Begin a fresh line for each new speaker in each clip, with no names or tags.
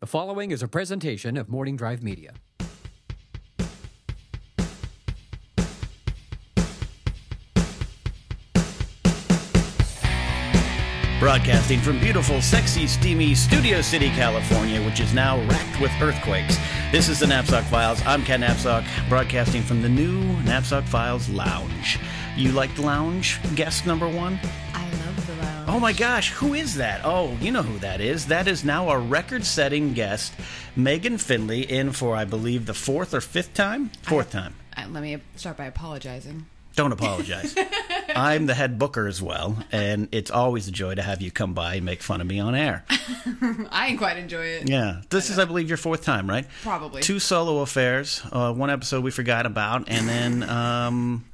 The following is a presentation of Morning Drive Media.
Broadcasting from beautiful, sexy, steamy Studio City, California, which is now racked with earthquakes. This is the Knapsack Files. I'm Ken Knapsack, broadcasting from the new Knapsack Files Lounge. You like the lounge? Guest number one?
I love the lounge.
Oh my gosh, who is that? Oh, you know who that is. That is now a record setting guest, Megan Finley, in for, I believe, the fourth or fifth time? Fourth time.
Uh, let me start by apologizing.
Don't apologize. I'm the head booker as well, and it's always a joy to have you come by and make fun of me on air.
I quite enjoy it.
Yeah, this is, I believe, your fourth time, right?
Probably.
Two solo affairs, uh, one episode we forgot about, and then, um,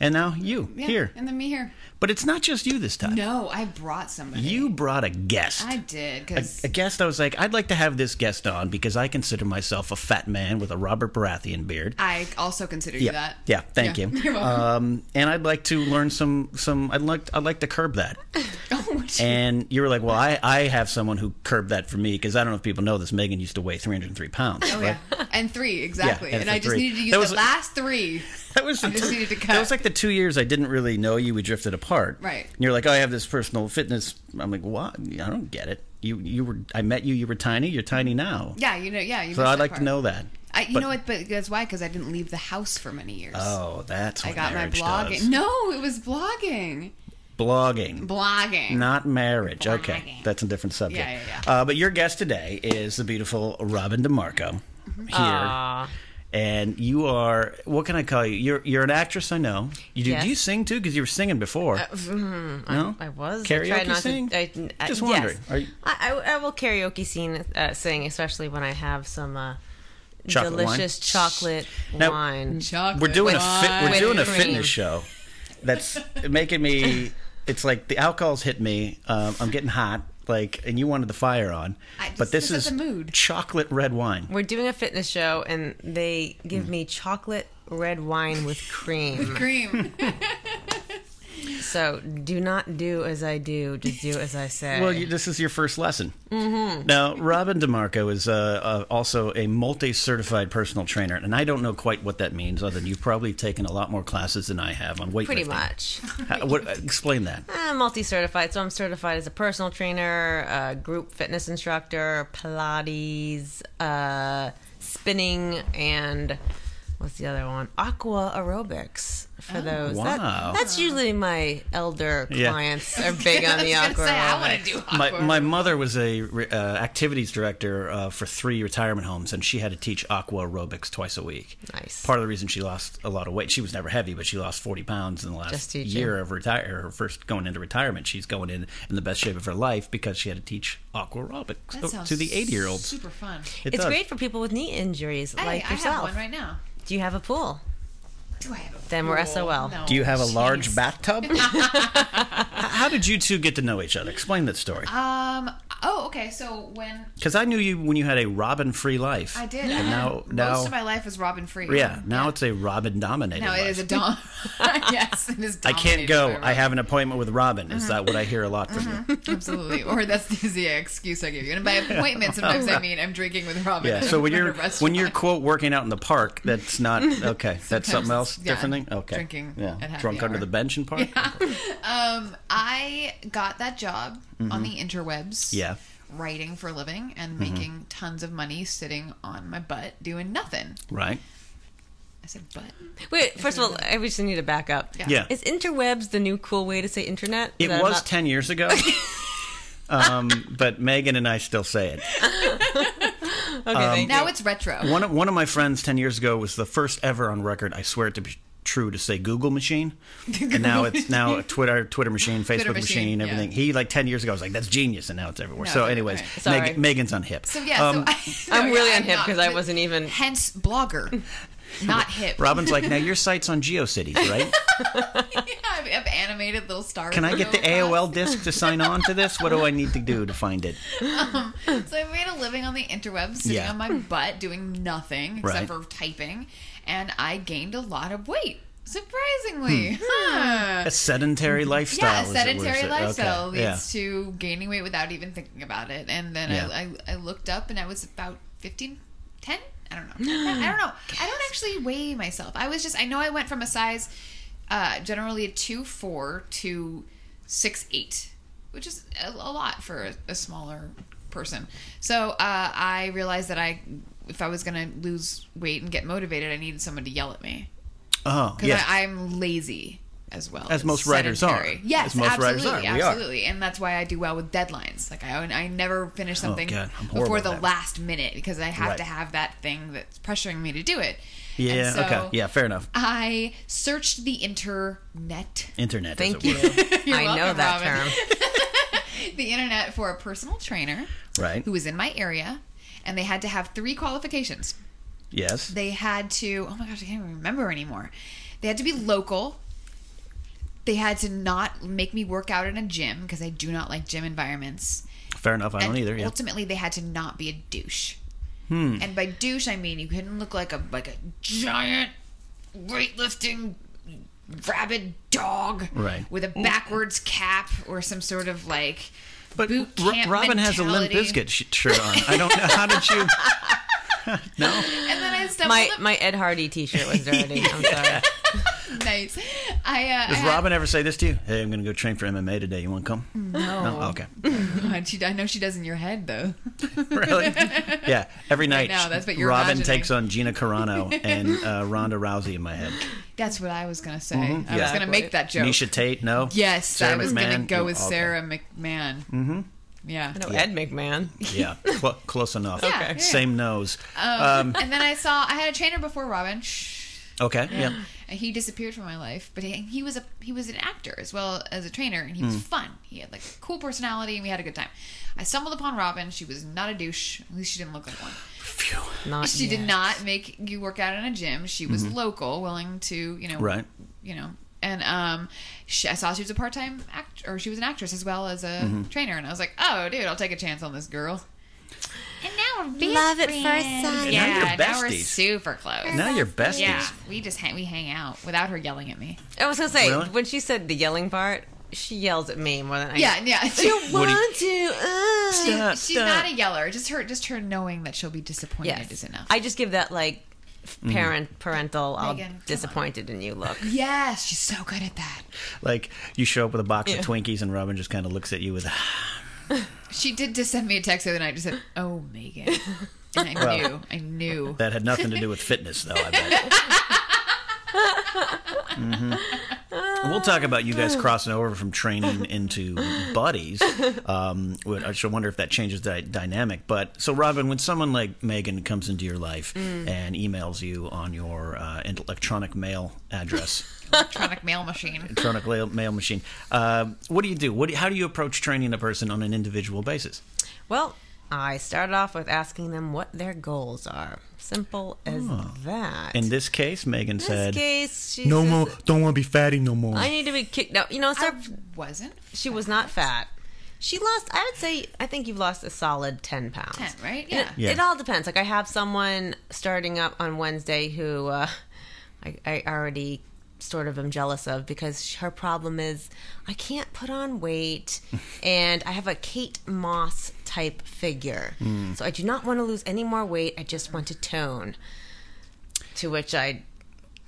and now you
Yeah,
here.
And then me here.
But it's not just you this time.
No, I brought somebody.
You brought a guest.
I did
a,
because
a guest. I was like, I'd like to have this guest on because I consider myself a fat man with a Robert Baratheon beard.
I also consider you that.
Yeah, thank
Yeah,
you.
you're welcome.
Um, and I'd like to learn some. Some. I'd like. I'd like to curb that.
Oh,
and you were like, "Well, I, I have someone who curbed that for me because I don't know if people know this. Megan used to weigh 303 pounds.
Oh, yeah. And three, exactly.
and
and
for
I just
three.
needed to use
That
the
was-
last three.
That was the
I just
two-
needed to cut.
That was like the two years I didn't really know you. We drifted apart.
Right.
And you're like, "Oh, I have this personal fitness." I'm like, "What? I don't get it. You you were. I met you. You were tiny. You're tiny now.
Yeah, you know, yeah. You
So
missed
I'd
that
like
part.
to know that.
I, you
But-
know what? But that's why, because I didn't leave the house for many years.
Oh, that's what
I got my
marriage
blogging.
does.
No, it was blogging.
Blogging.
Blogging.
Not marriage. Okay.
Blogging.
That's a different subject.
Yeah, yeah,
Uh, but your guest today is the beautiful Robin DeMarco
Mm-hmm.
here. And you are what can I call you? You're you're an actress, I know. You do,
Yes.
do you sing too? Because you were singing before.
Uh, mm-hmm.
no,
I was.
karaoke
I tried not to-
sing.
I, I-
Just
yes.
wondering. Are you,
I, I, I will karaoke sing, uh, sing, especially when I have some uh,
Chocolate wine?
delicious chocolate
Now-
wine.
Chocolate
we're doing a fit,
wine.
we're doing a
cream.
fitness show. That's making me. It's like the alcohol's hit me. Um, I'm getting hot. Like, and you wanted the fire on,
I- just
but this
to set
is
the mood.
chocolate red wine.
We're doing a fitness show, and they give me chocolate red wine with cream.
Cream.
so do not do as I do, just do as I say.
Well, you, this is your first lesson. Mm-hmm. Now, Robin DeMarco is uh, uh, also a multi-certified personal trainer, and I don't know quite what that means. Other than you've probably taken a lot more classes than I have on weightlifting.
Pretty much.
How- what, explain that.
I'm multi certified, so I'm certified as a personal trainer, a group fitness instructor, Pilates, uh, spinning, and what's the other one? Aqua aerobics for
Oh,
those. That-
Wow.
that's usually my elder
Yeah.
clients are big on the
I was
aqua.
gonna say, I
aerobics.
want to do
my,
aqua.
my mother was a re- uh, activities director uh, for three retirement homes, and she had to teach aqua aerobics twice a week.
Nice.
Part of the reason she lost a lot of weight, she was never heavy, but she lost forty pounds in the last
Just teaching.
year of retire. Her first going into retirement, she's going in in the best shape of her life because she had to teach aqua aerobics
That
to-
sounds
to the eighty year olds.
Super fun.
It
It's
does.
great for people with knee injuries
Hey,
like
I have
yourself.
one right now.
Do you have a pool?
Do I have a
Then we're
pool?
SOL.
No.
Do you have a large
Jeez.
bathtub? H- How did you two get to know each other? Explain that story.
Um. Oh, okay. So when
Because I knew you when you had a Robin free life.
I did, uh,
And now,
most
now,
of my life was Robin free.
yeah, now it's a Robin dominated.
Now it
life.
is a dom. yes, it is.
I can't
dominated
go.
by Uh-huh.
I have an appointment with Robin. Is that what I hear a lot from you?
Robin. absolutely. Or that's the, the excuse I give you. And by appointment, sometimes I mean I'm drinking with Robin.
Yeah.
at
So when
a
you're
restaurant.
when you're quote working out in the park, that's not okay. That's something
Sometimes
else.
it's- yeah,
Different thing. Okay.
drinking
Yeah.
at happy
Drunk under
hour.
the bench in park.
um, I got that job on the interwebs.
Mm-hmm. Yeah. Mm-hmm.
Writing for a living and making tons of money sitting on my butt doing nothing.
Right.
I said butt.
Wait, first of all, I just need to back up.
Yeah.
Yeah.
Is interwebs the new cool way to say internet? Is
It
that
was
not-
ten years ago. um, but Megan and I still say it.
Okay, thank you.
Now it's retro.
One of, one of my friends ten years ago was the first ever on record. I swear it to be true to say Google machine, and now it's now a Twitter Twitter machine, Facebook
Twitter
machine,
machine, yeah.
everything. He like ten years ago was like that's genius, and now it's everywhere.
No,
so,
it's
anyways,
everywhere.
Sorry.
Megan, Megan's on hip.
So yeah,
Um,
so I,
I'm really
yeah,
unhip
not-
'cause I wasn't even-
Hence blogger, not hip.
Robin's like now your site's on GeoCities, right?
Yeah, I've, I've animated little stars.
Can I
that
get the
go across.
AOL disk to sign on to this? What do I need to do to find it?
Uh, So I made a living on the interwebs, sitting
Yeah.
on my butt, doing nothing except
Right.
for typing, and I gained a lot of weight. Surprisingly,
Hmm.
Huh.
A sedentary lifestyle.
yeah, a
is what we're
sedentary
saying.
lifestyle
Okay. Yeah.
leads to gaining weight without even thinking about it. And then
Yeah.
I, I, I looked up and I was about 15, 10? I don't know. I don't know. I don't actually weigh myself. I was just, I know I went from a size uh, generally a 2 4 to 6 8, which is a, a lot for a, a smaller person. So uh, I realized that I, if I was going to lose weight and get motivated, I needed someone to yell at me.
Oh,
Because
yes.
I'm lazy as well.
As most writers are.
sedentary. Yes,
As most writers
absolutely,
are. We are.
absolutely. And that's why I do well with deadlines. Like I, I never finish something
Oh, God, I'm horrible
before
at
the
that.
last minute because I have
Right.
to have that thing that's pressuring me to do it. And
yeah.
so
okay. Yeah. Fair enough.
I searched the internet,
Internet. as
Thank
it
you.
were.
I know
welcome,
that
Robin.
term.
the internet for a personal trainer
Right.
who was in my area, and they had to have three qualifications.
Yes.
they had to oh my gosh i can't even remember anymore they had to be local they had to not make me work out in a gym because i do not like gym environments
Fair enough. I don't
And
either. Yeah. Hmm.
ultimately they had to not be a douche and by douche i mean you couldn't look like a like a giant weightlifting rabid dog
Right.
with a backwards cap or some sort of like
But
boot
Ro-
camp
Robin has a Limp
mentality.
Bizkit sh- shirt on. I don't know. How did you? no.
and then i stumbled
My
up-
my Ed Hardy T-shirt was dirty. I'm sorry.
nice i uh I
Does
had-
Robin ever say this to you? Hey, I'm going to go train for MMA today. You want to come? Oh,
no,
Okay.
God, she, I know she does in your head though.
really? Yeah. Every night,
now, that's what you're
Robin
imagining.
takes on Gina Carano and uh, Ronda Rousey in my head.
That's what I was gonna say. I was
Yeah.
gonna make that joke.
Misha Tate? No.
Yes,
Sarah
I was gonna
McMahon?
go with
Okay.
Sarah McMahon. Mm-hmm. Yeah.
No, Ed McMahon.
Yeah. Cl- close enough.
Yeah, Okay. yeah.
Same nose.
Um, and then I saw I had a trainer before Robin. Shh.
okay. Yeah.
And he disappeared from my life, but he, he was a he was an actor as well as a trainer, and he was fun. He had like a cool personality, and we had a good time. I stumbled upon Robin. She was not a douche. At least she didn't look like one.
Not
She
yet.
did not make you work out in a gym. She was local, willing to, you know,
Mm-hmm. Right.
you know, and um, she, I saw she was a part-time act, or she was an actress as well as a
Mm-hmm.
trainer, and I was like, oh, dude, I'll take a chance on this girl. And now we're best
Love at first
friends.
sight.
Yeah,
And now you're
we're
besties.
super close.
Now you're besties.
yeah, we just hang, we hang out without her yelling at me.
I was gonna say
Really?
when she said the yelling part, she yells at me more than I.
Yeah, yeah. She,
What do you-
One, two, uh.
Stop,
she's
stop.
not a yeller. Just her, just her knowing that she'll be disappointed
Yes.
is enough.
I just give that like f-
Mm-hmm.
parent parental.
Megan, come
I'm
on.
disappointed in you. Look,
yes, she's so good at that.
Like you show up with a box
Yeah.
of Twinkies and Robin just kind of looks at you with a
She did just send me a text the other night. Just said, "Oh, Megan," and I knew. I knew.
That had nothing to do with fitness, though. I bet. Mhm. We'll talk about you guys
Uh.
crossing over from training into buddies. Um, wh- I should wonder if that changes the dynamic. But so, Robin, when someone like Megan comes into your life
Mm.
and emails you on your uh, in- electronic mail address,
Electronic mail machine.
electronic la- mail machine, uh, what do you do? What do, how do you approach training a person on an individual basis?
well, I started off with asking them what their goals are. Simple as that.
In this case, Megan
In this
Oh. said,
case, she
No
says,
more. Don't want to be fatty no more.
I need to be kicked out. You know,
I
start
wasn't
She was not fat. She lost, I would say, I think you've lost a solid 10 pounds.
10, right?
And
Yeah.
It,
Yeah.
it all depends. Like, I have someone starting up on Wednesday who uh, I, I already sort of am jealous of because sh- her problem is I can't put on weight and I have a Kate Moss type figure.
Hmm.
So I do not want to lose any more weight. I just want to tone. To which I,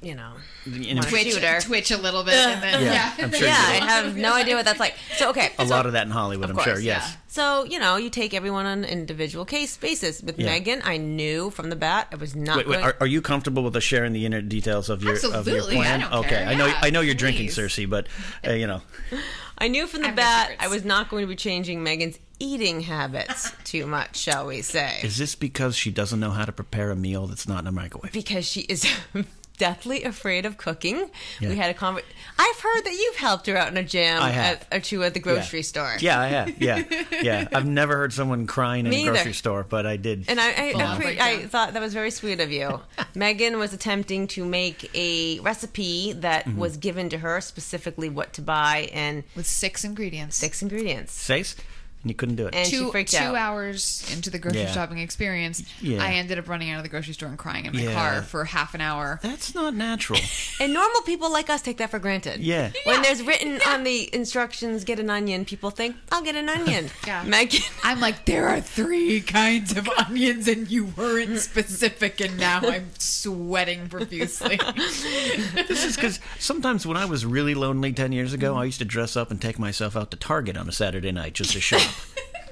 you know.
you know,
Wait,
twitch,
Shooter.
twitch a little bit, and then yeah,
I'm sure
Yeah,
you
I have no idea what that's like. So, okay.
a lot of that in Hollywood, I'm
course,
sure. Yes.
So, you know, you take everyone on an individual case basis. With Megan, I knew from the bat I was not
Wait, wait,
going
are, are you comfortable with us sharing the inner details of your of your
Absolutely, I
plan?
don't
okay,
care.
I know
Yeah,
I know you're drinking
please.
Cersei, but uh, you know,
I knew from the
have no
bat
secrets.
I was not going to be changing Megan's eating habits too much, shall we say.
is this because she doesn't know how to prepare a meal that's not in a microwave?
because she is deathly afraid of cooking.
Yeah.
We had a conver- I've heard that you've helped her out in a jam
I have.
at, or two at the grocery
Yeah.
store.
Yeah, I have. Yeah, yeah. I've never heard someone crying in
Me
a
either.
grocery store, but I did.
And I, I,
Wow.
appre- I thought that was very sweet of you. Megan was attempting to make a recipe that
Mm-hmm.
was given to her specifically what to buy and
with six ingredients.
six ingredients.
Says, and you couldn't do it.
And she
Two,
freaked
two
out.
hours into the grocery
Yeah.
shopping experience,
Yeah.
I ended up running out of the grocery store and crying in my
Yeah.
car for half an hour.
That's not natural.
And normal people like us take that for granted.
Yeah.
When there's written on the instructions, get an onion, people think, I'll get an onion.
Yeah.
Megan.
I'm like, there are three kinds of onions, and you weren't specific, and now I'm sweating profusely.
This is because sometimes when I was really lonely 10 years ago, I used to dress up and take myself out to Target on a Saturday night just to shop.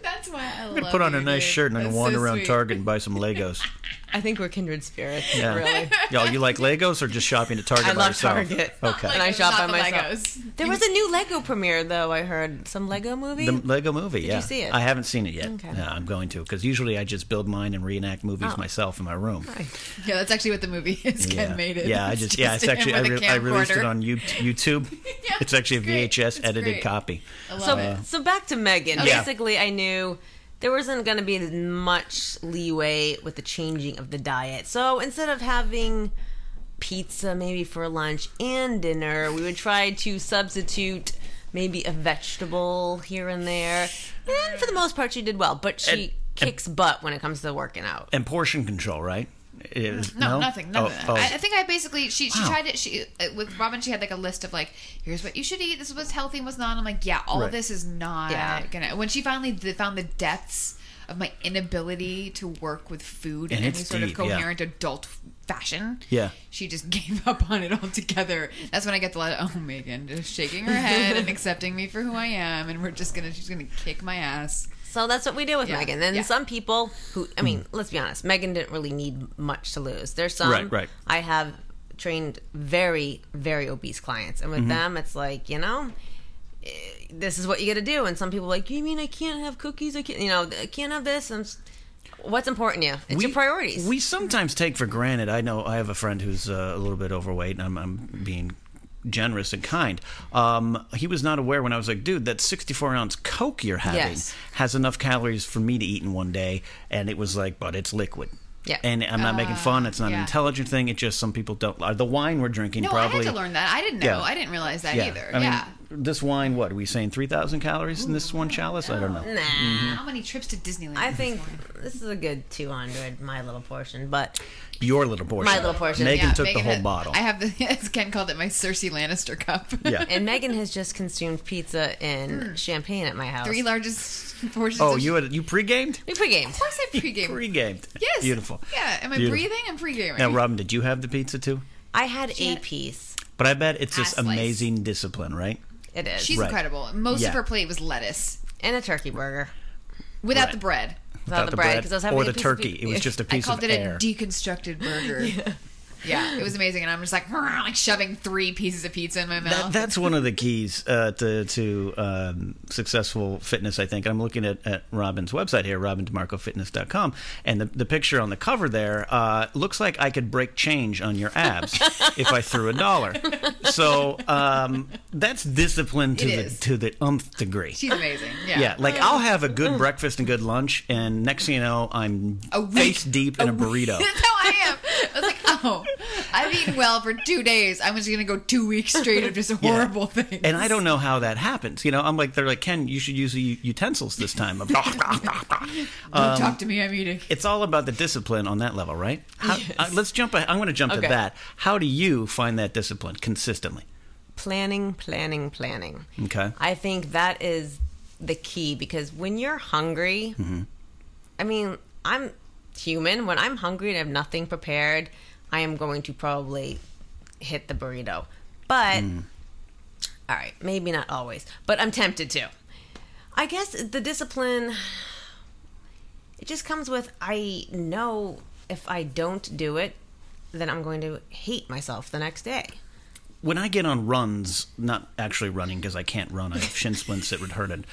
That's why I
I'm
love
going to put on
you,
a nice
dude.
shirt and then
That's so
wander around
sweet.
Target and buy some Legos.
I think we're kindred spirits,
Yeah.
really.
Y'all, you like Legos or just shopping at Target
I
by
love
yourself?
Target.
Okay.
And I
Legos,
shop
not
by
the
myself.
Legos.
There was a new Lego premiere, though, I heard. Some Lego movie?
The Lego movie, yeah.
you see it?
I haven't seen it yet.
Okay.
No, I'm going to because usually I just build mine and reenact movies
Oh.
myself in my room.
Yeah, that's actually what the movie is. Ken
yeah.
made it.
Yeah, I
It's
just, yeah, it's
him
actually I,
with a
re- I released it
camcorder.
on Yout- YouTube.
Yeah,
it's actually a
it's great.
VHS
It's
edited
great.
copy.
I love
So,
it.
so back to Megan.
Yeah.
Basically, I knew there wasn't going to be much leeway with the changing of the diet. So instead of having pizza maybe for lunch and dinner, we would try to substitute maybe a vegetable here and there. And for the most part, she did well, but she
And-
kicks butt when it comes to working out.
And portion control, right? It was-
No, nothing. None of that.
Oh, oh.
I, I think I basically she she
Wow.
tried it. She uh, with Robin, she had like a list of like, here's what you should eat. This is what's healthy and what's not. I'm like, yeah, all
Right.
of this is not
Yeah.
gonna. When she finally d found the depths of my inability to work with food
And
in any
it's
sort
deep,
of
yeah.
coherent adult f- fashion,
Yeah.
she just gave up on it altogether. That's when I get the letter. Oh, Megan, just shaking her head and accepting me for who I am, and we're just gonna she's gonna kick my ass.
So that's what we do with
Yeah.
Megan. And
Yeah.
some people who, I
Mm.
mean, let's be honest, Megan didn't really need much to lose. There's some
Right, right.
I have trained very, very obese clients, and with
Mm-hmm.
them, it's like you know, eh, this is what you got to do. And some people are like, you mean I can't have cookies? I can't, you know, I can't have this. And it's- what's important to you? It's your priorities.
We sometimes take for granted. I know I have a friend who's uh, a little bit overweight, and I'm, I'm being generous and kind. Um, he was not aware when I was like, dude, that 64 ounce Coke you're having
Yes.
has enough calories for me to eat in one day. And it was like, but it's liquid.
Yeah.
And I'm not making fun. It's not an
Ah, yeah.
intelligent thing. It's just some people don't. uh, The wine we're drinking
No,
probably.
I had to learn that. I didn't know.
Yeah.
I didn't realize that either.
I mean,
yeah.
This wine, what? Are we saying 3,000 calories in this one chalice? I don't
Mm.
know.
nah.
How many trips to Disneyland?
I
is
think
one?
this is a good 200, my little portion, but
Your little portion.
little portion,
Megan
yeah,
took
Megan
the whole
had-
bottle.
I have the as Ken called it my Cersei Lannister cup.
yeah.
and Megan has just consumed pizza and
Mm.
champagne at my house.
Three largest portions.
oh,
of
you had, you pre-gamed?
we pre-gamed.
Of course, I pregame.
Pre-gamed.
yes.
Beautiful.
Yeah. Am I
Beautiful.
breathing? I'm pregaming.
Now, Robin, did you have the pizza too?
I had a
had-
piece.
But I bet it's this
Ah, slice.
amazing discipline, right?
It is.
She's
Right.
incredible. Most
Yeah.
of her plate was lettuce
and a turkey burger.
without
Right.
the bread.
Without the bread, 'cause I was having
or
a
the
piece of
turkey.
pizza.
It was just a
I
piece
called
of
it
air.
a deconstructed burger. Yeah. it was amazing, and I'm just like like shoving three pieces of pizza in my mouth.
That- that's one of the keys uh, to, to um, successful fitness, I think. I'm looking at, at Robin's website here, robindemarcofitness.com, and the, the picture on the cover there uh, looks like I could break change on your abs if I threw a dollar. So um, that's discipline to
It
the,
is.
to the umpth degree.
She's amazing. Yeah.
yeah, like I'll have a good breakfast and good lunch, and next thing you know, I'm
A week-
face deep in a burrito.
That's how I am. I was like, oh, I've eaten well for two days. I'm just gonna go two weeks straight of just horrible things.
And I don't know how that happens. You know, I'm like, they're like, Ken, you should use the u- utensils this time.
Don't
um,
talk to me. I'm eating.
Uh, it's all about the discipline on that level, right? How, uh, let's jump. ahe- I'm going to jump
Okay.
to that. How do you find that discipline consistently?
Planning, planning, planning.
Okay.
I think that is the key because when you're hungry, I mean, I'm human. When I'm hungry and have nothing prepared, I am going to probably hit the burrito. But all right, maybe not always, but I'm tempted to. I guess the discipline it just comes with I know if I don't do it, then I'm going to hate myself the next day.
when I get on runs, not actually running because I can't run. I have shin splints that would hurt an,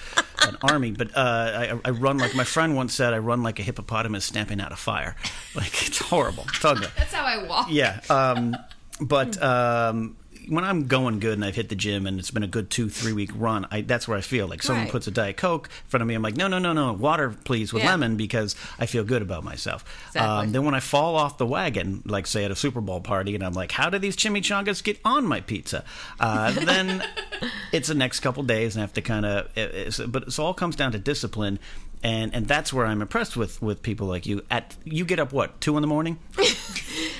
an army. But uh, I, I run like my friend once said. I run like a hippopotamus snapping out of fire. Like it's horrible. It's ugly.
That's how I walk.
Yeah. Um, but um, when I'm going good and I've hit the gym and it's been a good two, three week run, I, that's where I feel like someone
Right.
puts a Diet Coke in front of me. I'm like, no, no, no, no, water, please, with
Yeah.
lemon because I feel good about myself. Um,
Exactly.
then when I fall off the wagon, like say at a Super Bowl party, and I'm like, how do these chimichangas get on my pizza? Uh, then it's the next couple days and I have to kind of, but it all comes down to discipline. And, and that's where I'm impressed with, with people like you. At you get up what two in the morning?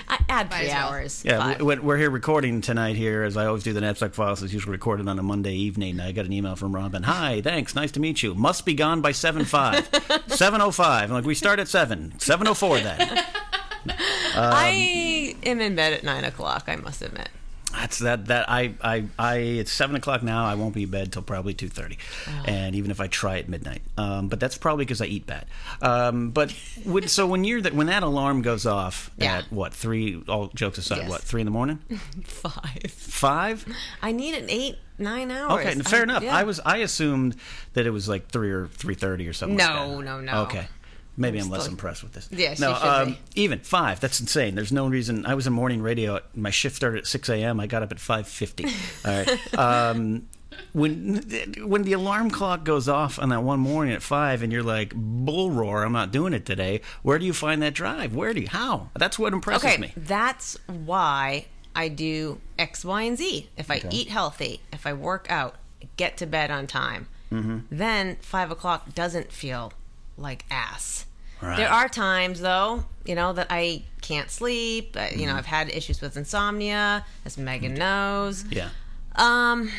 I add
as
three
well.
hours.
Yeah, um,
Five.
w- w- we're here recording tonight here, as I always do. The Knapsack Files is usually recorded on a Monday evening. I got an email from Robin. Hi, thanks. Nice to meet you. Must be gone by 7 5. 7.05. I'm like, we start at 7. 7.04 then.
I am in bed at nine o'clock. I must admit.
That's that. That I, I, I, it's 7 o'clock now. I won't be in bed till probably 2.30. And even if I try at midnight. Um, but that's probably because I eat bad. Um, but would, so when you're, that when that alarm goes off
Yeah.
at what, 3, all jokes aside,
Yes.
what, 3 in the morning?
Five.
5?
I need an eight, nine hours.
Okay,
I-
fair enough.
yeah.
I was I assumed that it was like three or three thirty or something. like
No,
that.
no, no.
Okay, maybe I'm, less
still-
impressed with this.
Yes,
no,
you should
um,
be.
even five. That's insane. There's no reason. I was in morning radio. At, my shift started at six a.m. I got up at five fifty. All right. Um, when when the alarm clock goes off on that one morning at five, and you're like bull roar, I'm not doing it today. Where do you find that drive? Where do you how? That's what impresses
okay.
me.
That's why I do X, Y, and Z. If I eat healthy, if I work out, get to bed on time,
Mm-hmm.
then five o'clock doesn't feel like ass.
Right.
There are times though, you know, that I can't sleep. uh, You know,
Mm-hmm.
I've had issues with insomnia, as Megan knows.
Yeah,
Um,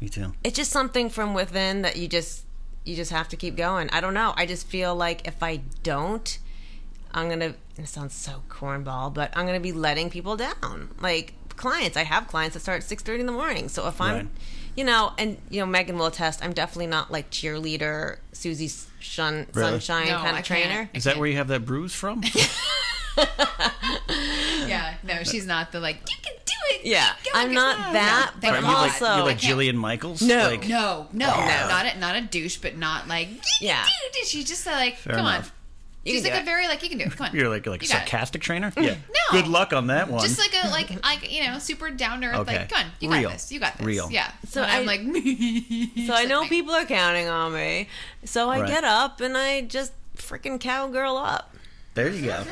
me too.
it's just something from within that you just you just have to keep going. I don't know. I just feel like if I don't, I'm gonna. It sounds so cornball, but I'm gonna be letting people down. Like clients, I have clients that start at six thirty in the morning. So if I'm,
Right.
you know, and you know, Megan will attest. I'm definitely not like cheerleader Susie Shun,
Really?
Sunshine
No,
kind
I can't.
of trainer.
Is that where you have that bruise from?
Yeah, no, she's not the like you can do it.
Yeah,
Go,
I'm
go,
not
go."
that,
No,
but
thank
I'm
God.
You're like,
also-
you're like
I can't.
Jillian Oh, Michaels.
No.
Like,
No, no, not a, not a douche, but not like you can
Yeah.
do it. She's just uh, like come
enough.
on. She's like
can do
a
it.
very like you can do it. Come on.
You're like like a
You got it. Mm-hmm.
sarcastic trainer. Yeah.
No.
Good luck on that one.
Just like a like like you know super down to earth
Okay.
like come on you got
Real.
this you got this
Real.
yeah. So
So
and I'm
I-
like so
So I know people are counting on me. So I
Right.
get up and I just freaking cowgirl up.
there you go.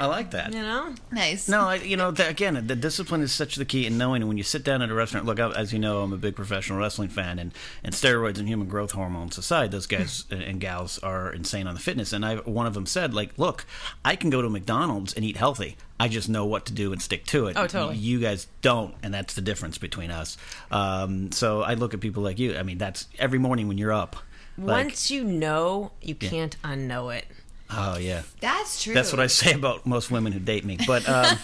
I like that.
You know.
nice
No, I, you know, the, again, the discipline is such the key in knowing when you sit down at a restaurant. Look, I, as you know, I'm a big professional wrestling fan, and, and steroids and human growth hormones aside, those guys
Mm-hmm.
and, and gals are insane on the fitness. And I, one of them said, like, look, I can go to McDonald's and eat healthy. I just know what to do and stick to it.
Oh, totally.
You guys don't, and that's the difference between us. Um, so I look at people like you. I mean, that's every morning when you're up. like,
Once you know, you can't unknow it.
oh yeah.
that's true
That's what I say about most women who date me. But um,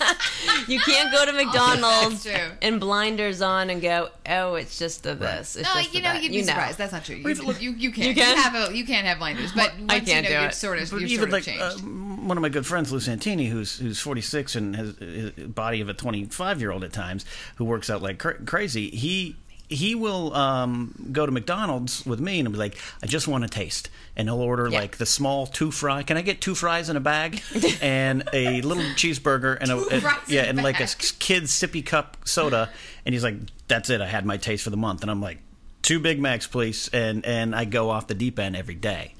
You can't go to McDonald's
That's true.
and blinders on and go, oh, it's just the this. It's
No,
just the
you know
that."
you'd be surprised. That's not true. You,
look-
you, you can't. You,
can?
have a, you can't have blinders, but once
can't
you
do
know, you're
it.
sort of
but
you're
even
sort of
like
changed.
uh, m- one of my good friends, Lou Santini, who's who's 46 and has uh, a body of a 25 year old at times, who works out like cr- crazy. He he will um, go to McDonald's with me and he'll be like, "I just want a taste," and he'll order like the small two fry. Can I get two fries in a bag and a little cheeseburger and a, and-
fries in
yeah
a
and like a
bag.
s- kid's sippy cup soda? And he's like, "That's it. I had my taste for the month." And I'm like. Two Big Macs, please, and and I go off the deep end every day.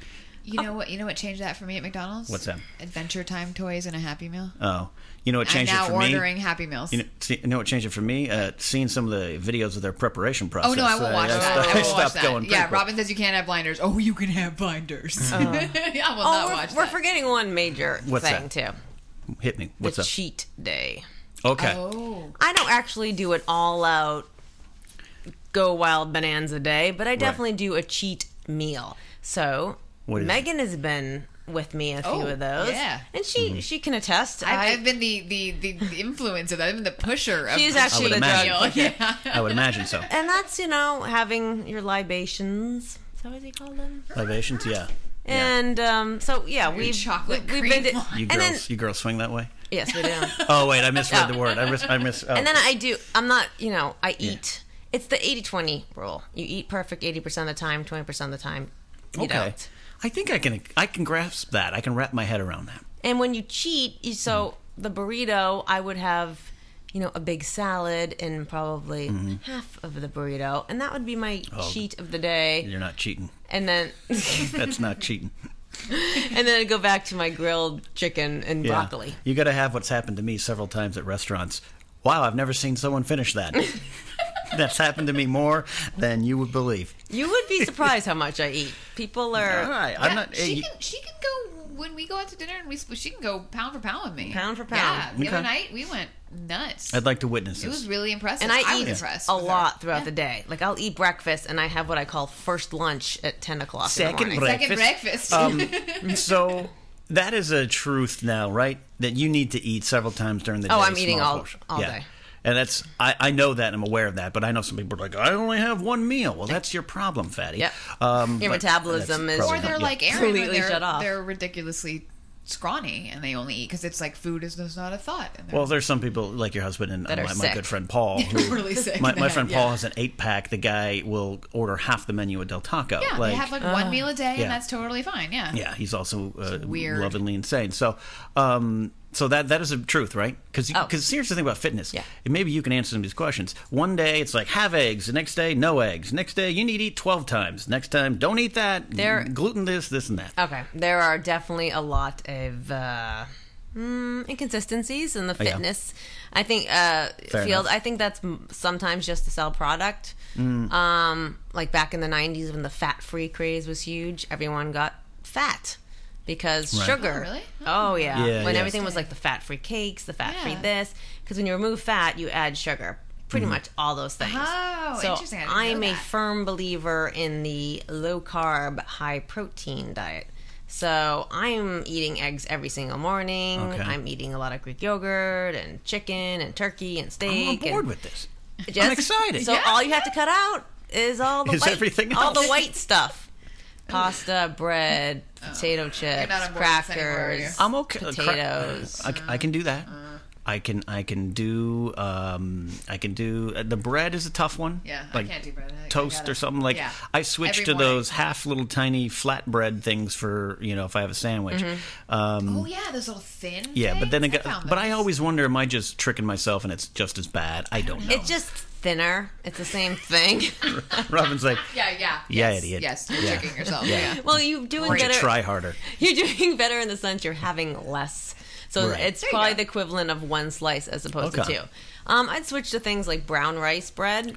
you know what? You know what changed that for me at McDonald's?
What's that?
Adventure Time toys and a Happy Meal.
Oh, you know what changed
I'm now
it for me?
ordering Happy Meals.
You know, see, you know what changed it for me? Uh, seeing some of the videos of their preparation process.
Oh no, I won't
Uh,
watch
I
that.
stopped-
I
I
won't watch
stopped
that.
going.
yeah,
prequel.
Robin says you can't have blinders. Oh, you can have blinders. I will
Oh,
not
we're,
watch
we're
that.
forgetting one major
What's
thing,
that?
too.
Hit me. What's
the
up?
cheat day.
Okay.
Oh,
I don't actually do an all out go wild bonanza day, but I definitely do a cheat meal. So
What is
Megan has been with me in a few
Oh,
of those.
yeah.
And she
Mm-hmm.
she can attest. I-
I've, I've been the the the the influencer. I've been the pusher. Of
She's actually
would
the
imagine.
drug pusher.
I would imagine so.
And that's, you know, having your libations. Is that what they call them?
Libations, yeah.
And um, so yeah, we've
chocolate
we-
cream
been to-
wine.
You
and
girls,
then
you girls swing that way.
yes, we do.
Oh wait, I misread the word. I miss. I miss. Oh.
and then I do. I'm not. You know, I eat. It's the 80-20 rule. You eat perfect eighty percent of the time, twenty percent of the time. You
okay.
don't.
I think I can. I can grasp that. I can wrap my head around that.
And when you cheat, you, so the burrito, I would have you know, a big salad and probably half of the burrito, and that would be my cheat of the day.
You're not cheating.
And then,
That's not cheating.
and then I'd go back to my grilled chicken and
Yeah.
broccoli.
You got to have what's happened to me several times at restaurants. Wow, I've never seen someone finish that. That's happened to me more than you would believe.
You would be surprised how much I eat. People are
All right, I'm
Yeah,
not.
she
you-
can. She can go when we go out to dinner, and we split- she can go pound for pound with me.
Pound for
Yeah.
pound.
The other
Okay.
night we went nuts.
I'd like to witness
it was
this.
really impressive.
and I,
was
eat
impressed
a
with her.
lot throughout the day. Like I'll eat breakfast, and I have what I call first lunch at ten o'clock. in
Second
the morning.
Second breakfast.
Um, so that is a truth now, right? That you need to eat several times during the day.
Oh, I'm eating
small
all-
portion.
all
Yeah.
day.
And that's I, I know that and I'm aware of that, but I know some people are like, I only have one meal. Well, that's your problem, fatty.
Yep.
Um,
Your
but
metabolism
that's
is-
probably
or they're
not- yeah.
like Aaron,
Completely
where they're,
shut off.
they're ridiculously scrawny and they only eat because it's like food is just not a thought. And they're
Well, there's some people like your husband and uh,
That are
my, my
sick.
good friend Paul. who-
really sick.
my,
in the
my
head,
friend
yeah.
Paul has an eight pack. The guy will order half the menu at Del Taco.
Yeah, they have like one
Oh.
meal a day,
yeah.
and that's totally fine. Yeah.
yeah, he's also uh,
weird.
lovingly insane. So, um, so that that is the truth, right? Because
Oh.
here's the thing about fitness.
Yeah.
And maybe you can answer some of these questions. One day it's like have eggs. The next day no eggs. Next day you need to eat twelve times. Next time don't eat that.
There- Oh,
gluten this this and that.
Okay, there are definitely a lot of uh, mm, inconsistencies in the
Oh, yeah.
fitness. I think uh,
Fair
field.
enough. Mm.
I think that's m- sometimes just to sell product. Um, like back in the '90s when the fat-free craze was huge, everyone got fat because sugar.
Oh, really?
Oh, yeah.
Yeah,
when
yeah.
everything was like the fat-free cakes, the fat-free
Yeah.
this, because when you remove fat, you add sugar. Pretty
Mm-hmm.
much all those things.
Oh,
so
interesting. I didn't
I'm
know
a
that.
firm believer in the low carb, high protein diet. So I'm eating eggs every single morning.
Okay.
I'm eating a lot of Greek yogurt and chicken and turkey and steak.
I'm on board
and
with this.
just-
I'm excited.
So all you have to cut out is all the
Is
white,
everything
all the
else.
white stuff. Pasta, bread, potato chips,
not on board with this anymore, are you?
crackers.
I'm okay. Cra-
Potatoes.
I, c- I can do that.
Uh.
I can I can do um I can do uh, the bread is a tough one.
Yeah, I
like
can't do bread. I- I
Toast
gotta-
or something like.
yeah.
I switch
Every
to
morning.
those half little tiny flatbread things for you know if I have a sandwich. Um,
Oh yeah, those little thin.
yeah, but then
things?
again,
I found
but I
those.
always wonder am I just tricking myself and it's just as bad? I don't know.
It's just thinner. It's the same thing.
Robin's like,
Yeah, yeah.
Yeah,
yes,
idiot.
Yes, you're
Yeah.
tricking yourself. Yeah.
well, you're doing
to
better.
try harder.
you're doing better in the sense you're having less. So
Right.
it's
There you
probably
go.
the equivalent of one slice as opposed
Okay.
to two. Um, I'd switch to things like brown rice bread.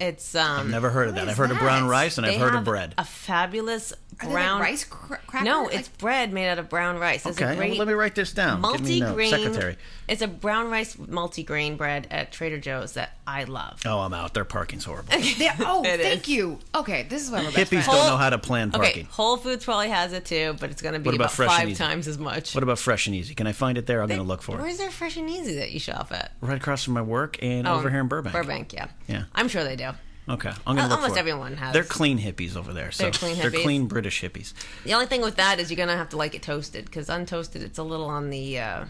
It's um,
Never heard of that.
is
I've heard of
that?
brown rice and
they
I've heard of
have
bread.
A fabulous
Are they
brown
like rice cra- crackers?
No,
Like-
it's bread made out of brown rice. It's a
okay,
great
let me write this down. Give me a note.
multi-grain.
secretary.
It's a brown rice multi-grain bread at Trader Joe's that I love.
Oh, I'm out. Their parking's horrible.
They- oh,
It
thank
is.
you. Okay, this is why we're best
Hippies
friends.
don't
Whole-
know how to plan
Okay,
parking.
Whole Foods probably has it too, but it's going to be
What about
about,
Fresh and
five
Easy?
times as much.
What about Fresh and Easy? Can I find it there? I'm going to look for it.
Where's their fresh and easy that you shop at?
Right across from my work and
Oh,
over here in Burbank.
Burbank, yeah.
Yeah.
I'm sure they do.
Okay, I'm going to look
Almost
for it.
everyone has.
They're clean hippies over there. So
They're clean
They're
hippies.
clean British hippies.
The only thing with that is you're gonna have to like it toasted because untoasted it's a little on the uh,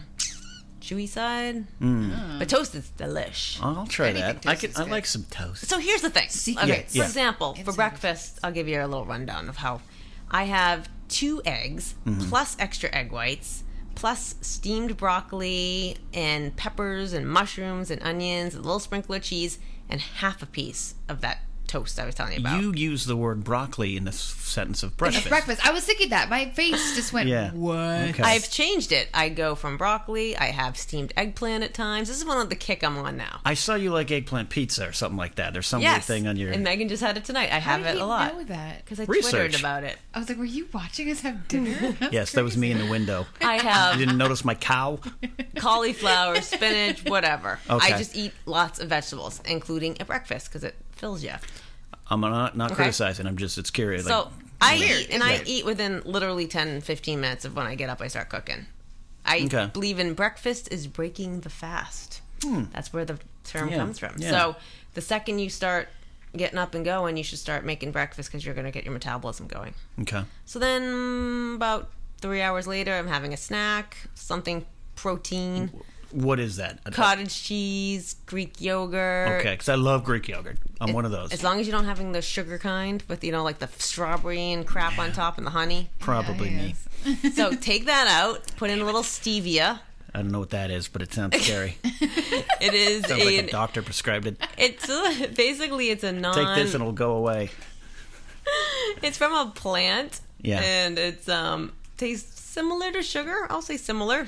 chewy side,
Mm.
but toasted's delish.
I'll try
Anything
that. I
toast
can.
is
I
good.
like some toast.
So here's the thing.
Secret.
Okay, for
Yeah.
example, for breakfast, I'll give you a little rundown of how I have two eggs
Mm-hmm.
plus extra egg whites plus steamed broccoli and peppers and mushrooms and onions, a little sprinkle of cheese, and half a piece of that toast I was telling you about.
you use the word broccoli in this sentence of breakfast.
Breakfast. I was thinking that my face just went.
Yeah.
What?
Okay.
I've changed it. I go from broccoli. I have steamed eggplant at times. This is one of the kick I'm on now.
I saw you like eggplant pizza or something like that. There's some weird
Yes,
thing on your.
and Megan just had it tonight. I
How
have
did
it
you
a lot
Know that?
because I
Research.
twittered about it.
I was like, were you watching us have dinner?
yes, that was me in the window.
I
You
have
didn't notice my cow?
cauliflower, spinach, whatever.
Okay.
I just eat lots of vegetables, including at breakfast because it fills you.
I'm not not criticizing. I'm just it's curious.
So
like,
I eat, and I
Right.
eat within literally 10, 15 minutes of when I get up. I start cooking. I
Okay. Hmm.
believe in breakfast is breaking the fast. That's where the term
Yeah,
comes from.
yeah.
So the second you start getting up and going, you should start making breakfast because you're going to get your metabolism going.
okay.
So then mm, about three hours later, I'm having a snack, something protein,
What is that?
cottage cheese, Greek yogurt.
Okay, because I love Greek yogurt. I'm one of those.
As long as you don't having the sugar kind with you know like the f- strawberry and crap on top and the honey.
Probably me.
So take that out, put in a little stevia,
I don't know what that is, but it sounds scary.
It is
sounds like a
a,
doctor prescribed it.
it's a- basically it's a non.
Take this and it'll go away.
It's from a plant.
Yeah.
And it's um tastes similar to sugar. I'll say similar.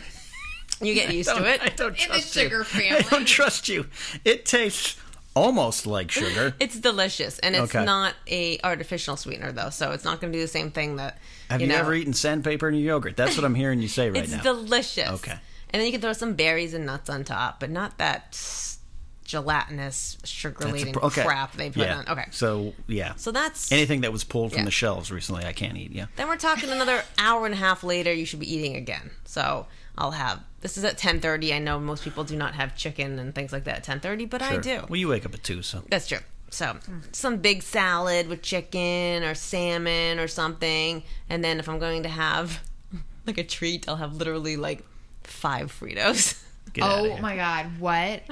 You get used to
I
it.
don't
In the
trust you.
sugar
I don't
family.
trust you. It tastes almost like sugar.
It's delicious and it's
Okay.
not a artificial sweetener though, so it's not going to do the same thing that
Have you,
you know,
ever eaten sandpaper in your yogurt? That's what I'm hearing you say right
It's
now.
delicious.
Okay.
And then you can throw some berries and nuts on top, but not that gelatinous sugar
That's a
laden
pro- okay.
crap they put
Yeah.
on. Okay. So,
So yeah.
that's
anything that was pulled from
Yeah.
the shelves recently, I can't eat. Yeah.
Then we're talking another hour and a half later. You should be eating again. So I'll have. This is at ten thirty. I know most people do not have chicken and things like that at ten thirty, but I
Sure.
do.
Well, you wake up at two, so
That's true. So some big salad with chicken or salmon or something, and then if I'm going to have like a treat, I'll have literally like five Fritos.
get outta
Oh
here.
my god, what?
I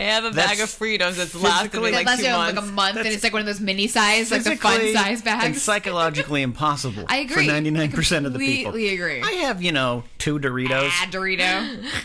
have a
That's
bag of Fritos that's lasted me
physically-
like
That lasts
two
you
months.
like a month, and it's like one of those mini size, like the fun
Physically
size
and
bags.
psychologically impossible.
I
For
agree.
ninety nine percent of the people,
Completely agree.
I have you know two Doritos.
ah, Dorito.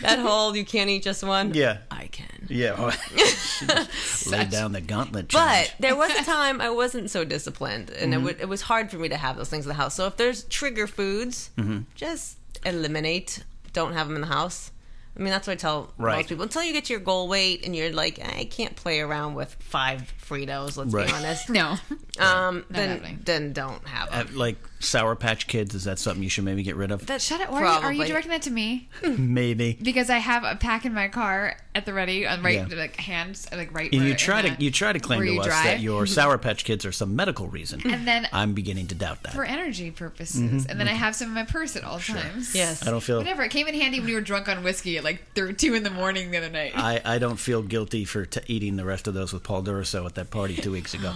that whole you can't eat just one.
Yeah.
I can.
Yeah.
Oh.
Lay down the gauntlet.
But
challenge.
there was a time I wasn't so disciplined,
Mm-hmm.
and it, would, it was hard for me to have those things in the house. So if there's trigger foods,
Mm-hmm.
just eliminate. Don't have them in the house. I mean, that's what I tell
Right.
most people. Until you get to your goal weight and you're like, I can't play around with five Fritos. Let's
Right.
be honest.
No,
Um, then
happening.
then don't have them.
Uh, like Sour Patch Kids, is that something you should maybe get rid of?
That
shut up. Why are you, are you directing that to me?
maybe.
Because I have a pack in my car at the ready on right
Yeah.
like hands like right.
And
where-
you try
in
to
the-
you try to claim
where
to
you
us
drive.
that your Sour Patch Kids are some medical reason.
And then-
I'm beginning to doubt that.
for energy purposes,
Mm-hmm.
and then I have some in my purse at all times.
Yes.
I don't feel
Whatever. It came in handy when we were drunk on whiskey at like th- two in the morning the other night.
I, I don't feel guilty for t- eating the rest of those with Paul Duraso at that party two weeks ago.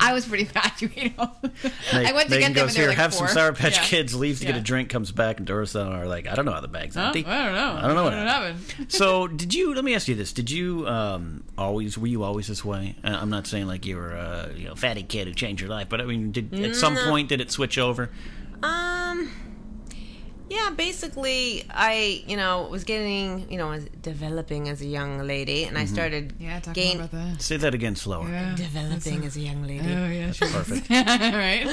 I was pretty mad, you know. I
Megan
went to get them
goes
and they were
here,
like
have
four."
some Sour Patch
Yeah.
Kids, leaves to get a
Yeah. Oh,
drink, comes back, and Duraso are like, I don't know how the bag's
Huh?
empty.
I don't know.
I don't know what happened.
happened.
so did you let me ask you this did you um always were you always this way Uh, i'm not saying like you were a you know fatty kid who changed your life but i mean did at some point did it switch over
Um. Yeah, basically, I you know was getting you know was developing as a young lady, and I started
Mm-hmm. Yeah, talk
gain-
more about that.
say that again slower
developing as a young lady.
Oh yeah, sure.
perfect
right.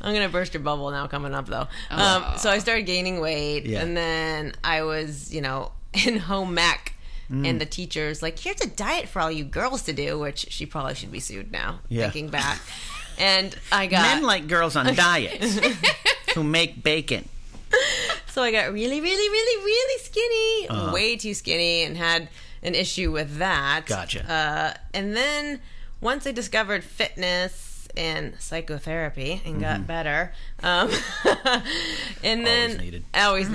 I'm gonna burst your bubble now coming up though.
Oh.
Um, so I started gaining weight,
Yeah.
and then I was, you know, in home ec,
Mm.
and the teacher's like, "Here's a diet for all you girls to do," which she probably should be sued now.
Yeah.
Thinking back, and I got
men like girls on diets who make bacon
So I got really, really, really, really skinny,
Uh-huh.
way too skinny, and had an issue with that.
Gotcha.
Uh, and then once I discovered fitness and psychotherapy and got better, um, and then
Mm-hmm. Always needed. Mm-hmm.
always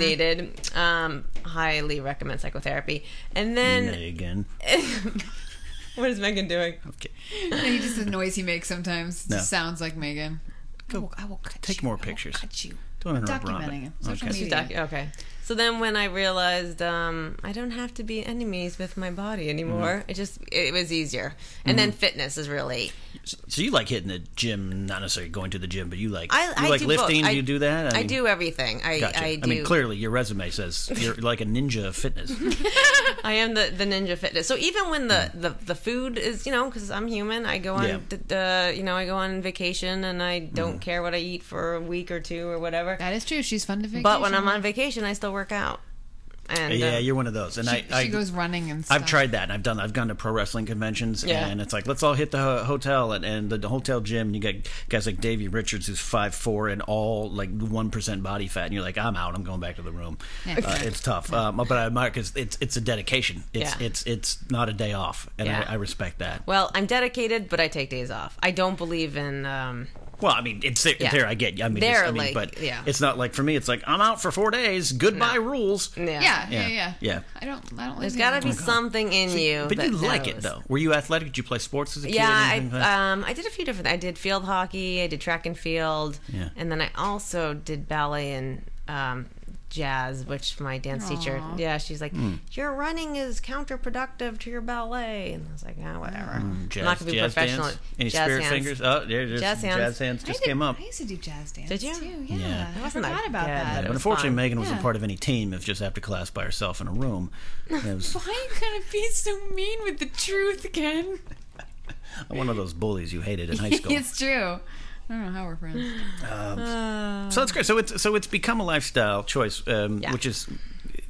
needed. Um, highly recommend psychotherapy. And then
megan
what is Megan doing?
okay
he just the noise he makes sometimes
No.
just sounds like Megan. I will, I will cut
take
you.
more
I will
pictures.
cut you.
don't interrupt
Documenting
Robin.
him. Social
okay
media.
Doc- okay. So then, when I realized um, I don't have to be enemies with my body anymore,
Mm-hmm.
it just it was easier. And then fitness is really
so you like hitting the gym not necessarily going to the gym but you like
I,
you
I
like
do
lifting
Both. I,
you do that
I,
mean,
do everything. I
Gotcha.
I do.
I mean, clearly, your resume says you're like a ninja of fitness.
I am the, the ninja fitness. So even when the, the, the food is, you know, because I'm human, I go on,
Mm-hmm. Yeah. Mm-hmm.
the, the, you know, I go on vacation and I don't care what I eat for a week or two or whatever.
That is true. She's fun to vacation.
But when I'm on vacation, I still work out. And
yeah,
uh,
you're one of those. And I,
she
I
goes running and stuff.
I've tried that, and I've done. I've gone to pro wrestling conventions,
Yeah.
and it's like let's all hit the ho- hotel and, and the hotel gym. And you got guys like Davey Richards, who's five four and all like one percent body fat, and you're like, I'm out. I'm going back to the room. Uh, it's tough, um, but I admire because it's it's a dedication. It's
Yeah.
it's it's not a day off, and
Yeah.
I, I respect that.
well, I'm dedicated, but I take days off. I don't believe in. Um,
Well, I mean, it's there.
Yeah.
there I get. you. I mean,
They're
it's- I mean,
like-
but
yeah.
it's not like for me. It's like I'm out for four days. Goodbye rules.
yeah.
Yeah, Oh, yeah, yeah,
Yeah.
I don't. I don't.
There's
live
got to
here.
be something in you.
But
that
you like it
knows.
though. Were you athletic? Did you play sports as a kid?
Yeah,
or
I
anything like that?
um, I did a few different. I did field hockey, I did track and field,
Yeah.
and then I also did ballet and um, jazz, which my dance teacher, yeah, she's like,
Hmm.
your running is counterproductive to your ballet, and I was like, ah, whatever. I'm not gonna be
Hmm, jazz
professional.
Dance? Any
jazz
spirit
hands.
fingers? Oh, there, there's
Jazz hands.
jazz hands just
I did-
came up.
I used to do jazz dance.
Did you?
Too. Yeah.
Yeah.
I
Wasn't that
forgot about
bad?
that.
It
But
was
unfortunately,
fun.
Megan wasn't
Yeah.
part of any team of just after class by herself in a room. It was
Why are you gonna be so mean with the truth again?
one of those bullies you hated in high school.
it's true. I don't know how we're friends.
So that's great. So it's so it's become a lifestyle choice, um,
Yeah.
which is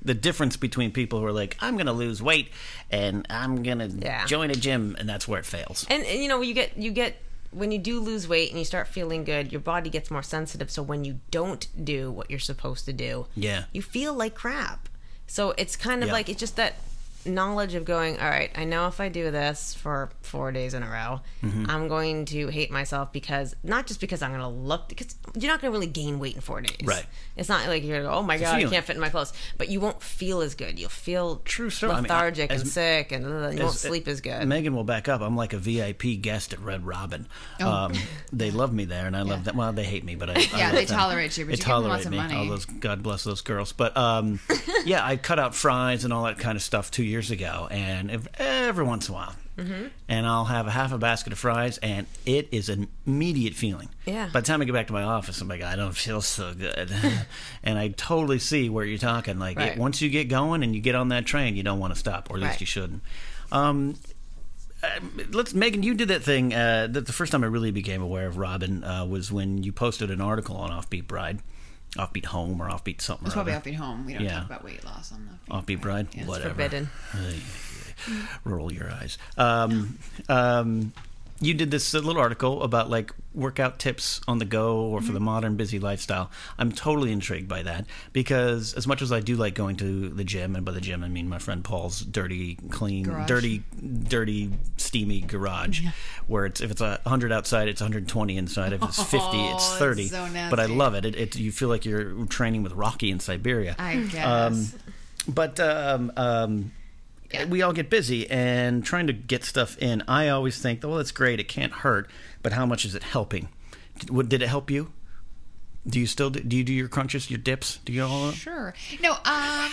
the difference between people who are like, I'm going to lose weight and I'm going to
Yeah.
join a gym, and that's where it fails.
and, and you know you get you get when you do lose weight and you start feeling good your body gets more sensitive so when you don't do what you're supposed to do
Yeah.
you feel like crap so it's kind of
Yeah.
like it's just that knowledge of going all right i know if i do this for four days in a row
Mm-hmm.
i'm going to hate myself because not just because i'm going to look because you're not going to really gain weight in four days
Right.
it's not like you're gonna go, oh my god i
feeling.
can't fit in my clothes but you won't feel as good you'll feel
True, sir. I mean, I-
lethargic
as-
and sick and uh, you won't
As-
sleep as good
Megan will back up. I'm like a VIP guest at Red Robin. Um, they love me there, and I love them. Well, they hate me, but I, I
Oh. Yeah,
love
they
them.
tolerate you, but
they
you give them
tolerate
lots of
me.
money.
All those, God bless those girls. But um, yeah, I cut out fries and all that kind of stuff two years ago, and ev every once in a while,
Mm-hmm.
and I'll have a half a basket of fries, and it is an immediate feeling.
Yeah.
By the time I get back to my office, I'm like, I don't feel so good, and I totally see where you're talking. Like, it,
Right.
once you get going and you get on that train, you don't want to stop, or at least
Right.
you shouldn't. Um, let's Megan, you did that thing. Uh, that the first time I really became aware of Robin uh, was when you posted an article on Offbeat Bride, Offbeat Home, or Offbeat something.
It's
or
probably
other.
offbeat home. We don't
Yeah.
talk about weight loss on the
Offbeat Bride, whatever.
forbidden.
Ay, ay, ay. Roll your eyes. Um, um, you did this little article about like workout tips on the go or for
Mm-hmm.
the modern busy lifestyle. I'm totally intrigued by that because as much as I do like going to the gym, and by the gym I mean my friend Paul's dirty, clean,
Garage.
dirty, dirty, steamy garage, where it's if it's a hundred outside, it's 120 inside. If it's 50, it's
Oh, it's
30.
so
but I
nasty.
love it. It, it. You feel like you're training with Rocky in Siberia.
I guess.
But um, um, we all get busy and trying to get stuff in. I always think, well, that's great. It can't hurt. But how much is it helping? Did, what, did it help you? Do you still do, do you do your crunches, your dips? Do you all
sure. No, um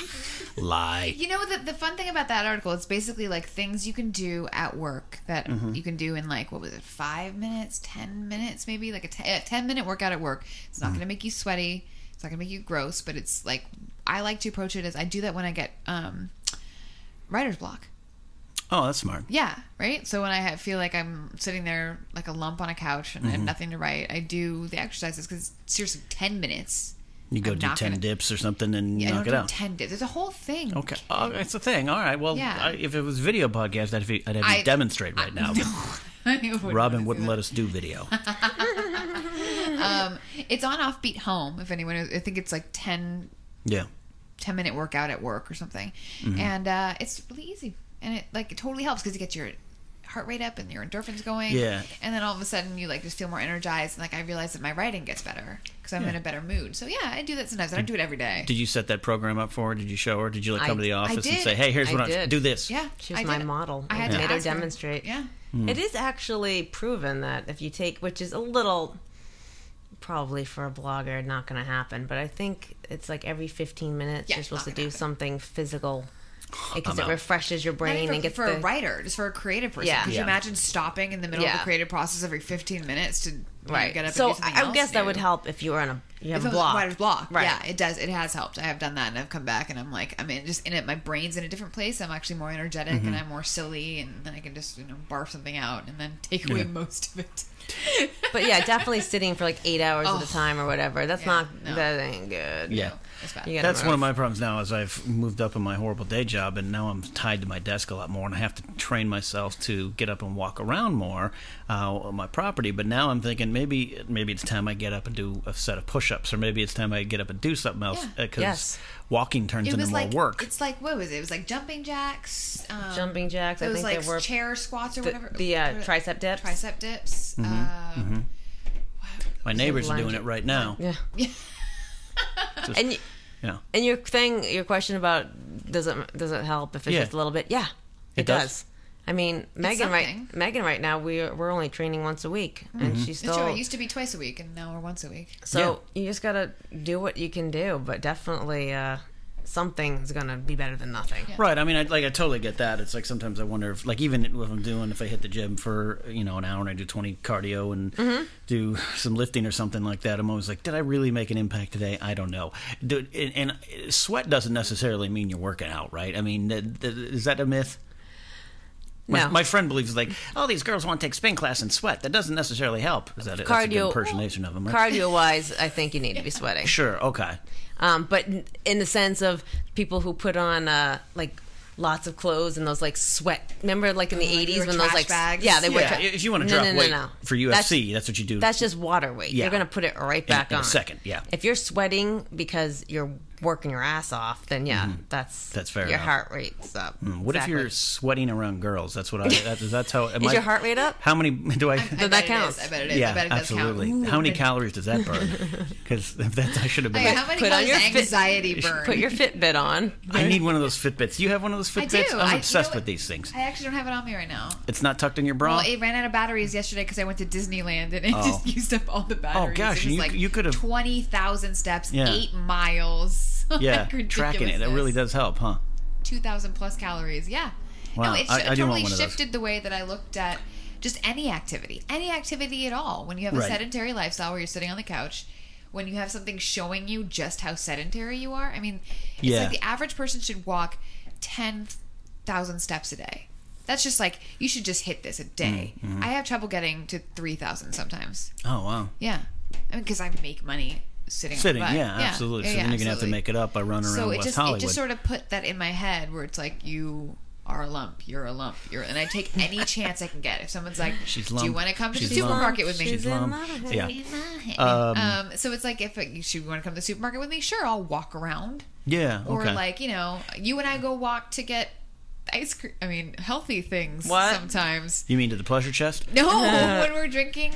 lie?
you know the the fun thing about that article, it's basically like things you can do at work that
Mm-hmm.
you can do in like what was it, five minutes, ten minutes, maybe like a te- a ten minute workout at work. It's
Mm-hmm.
not going to make you sweaty. It's not going to make you gross, but it's like I like to approach it as I do that when I get um, writer's block.
Oh, that's smart.
Yeah, right. So when I ha feel like I'm sitting there like a lump on a couch and I
Mm-hmm.
have nothing to write, I do the exercises because seriously, ten minutes.
You go
I'm
do
not
10
gonna-
dips or something and
I don't
knock it
do
out.
ten days. There's a whole thing.
Okay, oh, that's the thing. All right. Well,
Yeah.
I, if it was video podcast, I'd have, you- I'd have you
I-
demonstrate right now. but
I wouldn't
Robin
wanna
wouldn't
do that.
let us do video.
It's on Offbeat Home. If anyone, I think it's like 10,
yeah.
10 minute workout at work or something, and uh, it's really easy, and it like it totally helps because you get your heart rate up and your endorphins going.
Yeah.
And then all of a sudden you like just feel more energized, and like I realize that my writing gets better because I'm in a better mood. So yeah, I do that sometimes. I don't do it every day.
Did you set that program up for her? Did you show her? Did you like
I-
come to the
I
office and
did.
say, "Hey, here's
I
what I
did.
do this"?
yeah,
She was
I
my
did it.
model.
I had to
made
ask
her
her.
demonstrate.
Yeah.
Hmm.
It is actually proven that if you take, which is a little probably for a blogger, not going to happen, but I think it's like every 15 minutes
Yeah,
you're supposed to
not
do
gonna happen.
something physical because
I'm out.
it refreshes your
Not even
brain
for,
and gets
for
the,
a writer, just for a creative person.
Yeah.
Could
Yeah.
you imagine stopping in the middle of
Yeah.
the creative process every 15 minutes to you know,
right.
get up
so
and do something
I, I
else
guess that
new?
would help if you were on a you
If
have a
it was
block.
writer's block,
Right.
Yeah, it does. It has helped. I have done that, and I've come back, and I'm like, I'm in, just in it. My brain's in a different place. I'm actually more energetic,
Mm-hmm.
and I'm more silly, and then I can just you know barf something out, and then take away most of it.
But yeah, definitely sitting for like eight hours at
Oh.
a time or whatever. That's
Yeah,
not
no.
that ain't good.
Yeah.
It's bad.
You get
That's
them
one of
out.
my problems now is I've moved up in my horrible day job and now I'm tied to my desk a lot more and I have to train myself to get up and walk around more uh, on my property. But now I'm thinking maybe maybe it's time I get up and do a set of push-ups or maybe it's time I get up and do something else
Yeah.
because
Yes.
walking turns
It
into
was
more
like
work.
It's like what was it? It was like jumping jacks. Um,
Jumping jacks, I
It was
think
like
there were-
chair squats or
the-
whatever.
the, uh,
What are-
tricep dips.
Tricep dips.
Mm-hmm.
Um,
my neighbors are doing
lunge-
it right now.
Yeah.
Just-
And y-
yeah.
and your thing, your question about does it does it help if it's
Yeah.
just a little bit? Yeah, it,
does?
does. I mean, Megan right
something.
Megan right now we are, we're only training once a week,
Mm-hmm.
and she's
That's
still
true. It used to be twice a week, and now we're once a week.
so you just gotta do what you can do, but definitely uh, something's gonna be better than nothing.
Right. I mean, I, like I totally get that. It's like sometimes I wonder if, like, even if I'm doing, if I hit the gym for you know an hour and I do 20 cardio and
Mm-hmm.
do some lifting or something like that, I'm always like, did I really make an impact today? I don't know. Dude, and, and sweat doesn't necessarily mean you're working out, right? I mean, th- th- is that a myth? My,
No.
my friend believes like, oh, these girls want to take spin class and sweat. That doesn't necessarily help. Is that that's a good
Cardio-
impersonation of them? Right?
Cardio wise, I think you need to be sweating.
Sure. Okay.
um, but n- in the sense of people who put on uh, like lots of clothes and those like sweat. Remember, like in the
Oh, like, they
eighties
were
when those
trash
like s-
bags?
yeah, they were.
Yeah,
tra-
if you wanna
No,
drop
no, no,
weight
no.
for UFC, that's what you do.
That's just water weight.
Yeah.
You're gonna put it right
In-
back
in a
on
second, yeah.
If you're sweating because you're working your ass off, then yeah, that's
Mm-hmm. That's fair
Your
enough. Mm,
heart rate's up.
What if you're
Exactly.
sweating around girls? That's what I. That, that's how. Am
Is
I-
your heart rate up?
How many do I?
I
that
bet it is.
counts.
I bet it is.
yeah,
I bet it does
absolutely.
count. Ooh,
how many
but-
calories does that burn? Because that I should have been.
Okay, how many
Put on
calories
your
does
fit-
anxiety burn?
Put your Fitbit on.
I need one of those Fitbits. Do you have one of those
I
Fitbits?
do. I- you
I'm
know
obsessed
what?
with these things.
I actually don't have it on me right now.
It's not tucked in your
Well,
bra.
it ran out of batteries yesterday because I went to Disneyland and it just used up all the batteries.
Oh. gosh,
it was
you-
like
you could've-
twenty thousand steps,
Yeah.
eight miles.
yeah, tracking it. That really does help, huh?
Two thousand plus calories. Yeah.
Wow,
No, it, sh-
I- I do want
totally
one of those.
shifted the way that I looked at just any activity, any activity at all. When you have a
Right.
sedentary lifestyle where you're sitting on the couch. When you have something showing you just how sedentary you are, I mean, it's
Yeah.
like the average person should walk 10,000 steps a day. That's just like, you should just hit this a day.
Mm-hmm.
I have trouble getting to 3,000 sometimes.
Oh wow.
Yeah. I mean, because I make money sitting. on
Sitting,
my
yeah,
butt.
absolutely.
Yeah,
so then you're gonna have to
absolutely.
make it up by running around
So it
West
just
Hollywood.
it just sort of put that in my head where it's like you are a lump, you're a lump, you're, and I take any chance I can get. If someone's like,
She's
"Do you
lump,
want to come to the
she's lump,
supermarket with me?"
she's
Um, yeah,
um, so it's like if it, she want to come to the supermarket with me, sure, I'll walk around.
yeah.
Or
okay.
like you know, you and I go walk to get ice cream. I mean, healthy things
What?
sometimes.
you mean to the pleasure chest?
No, when we're drinking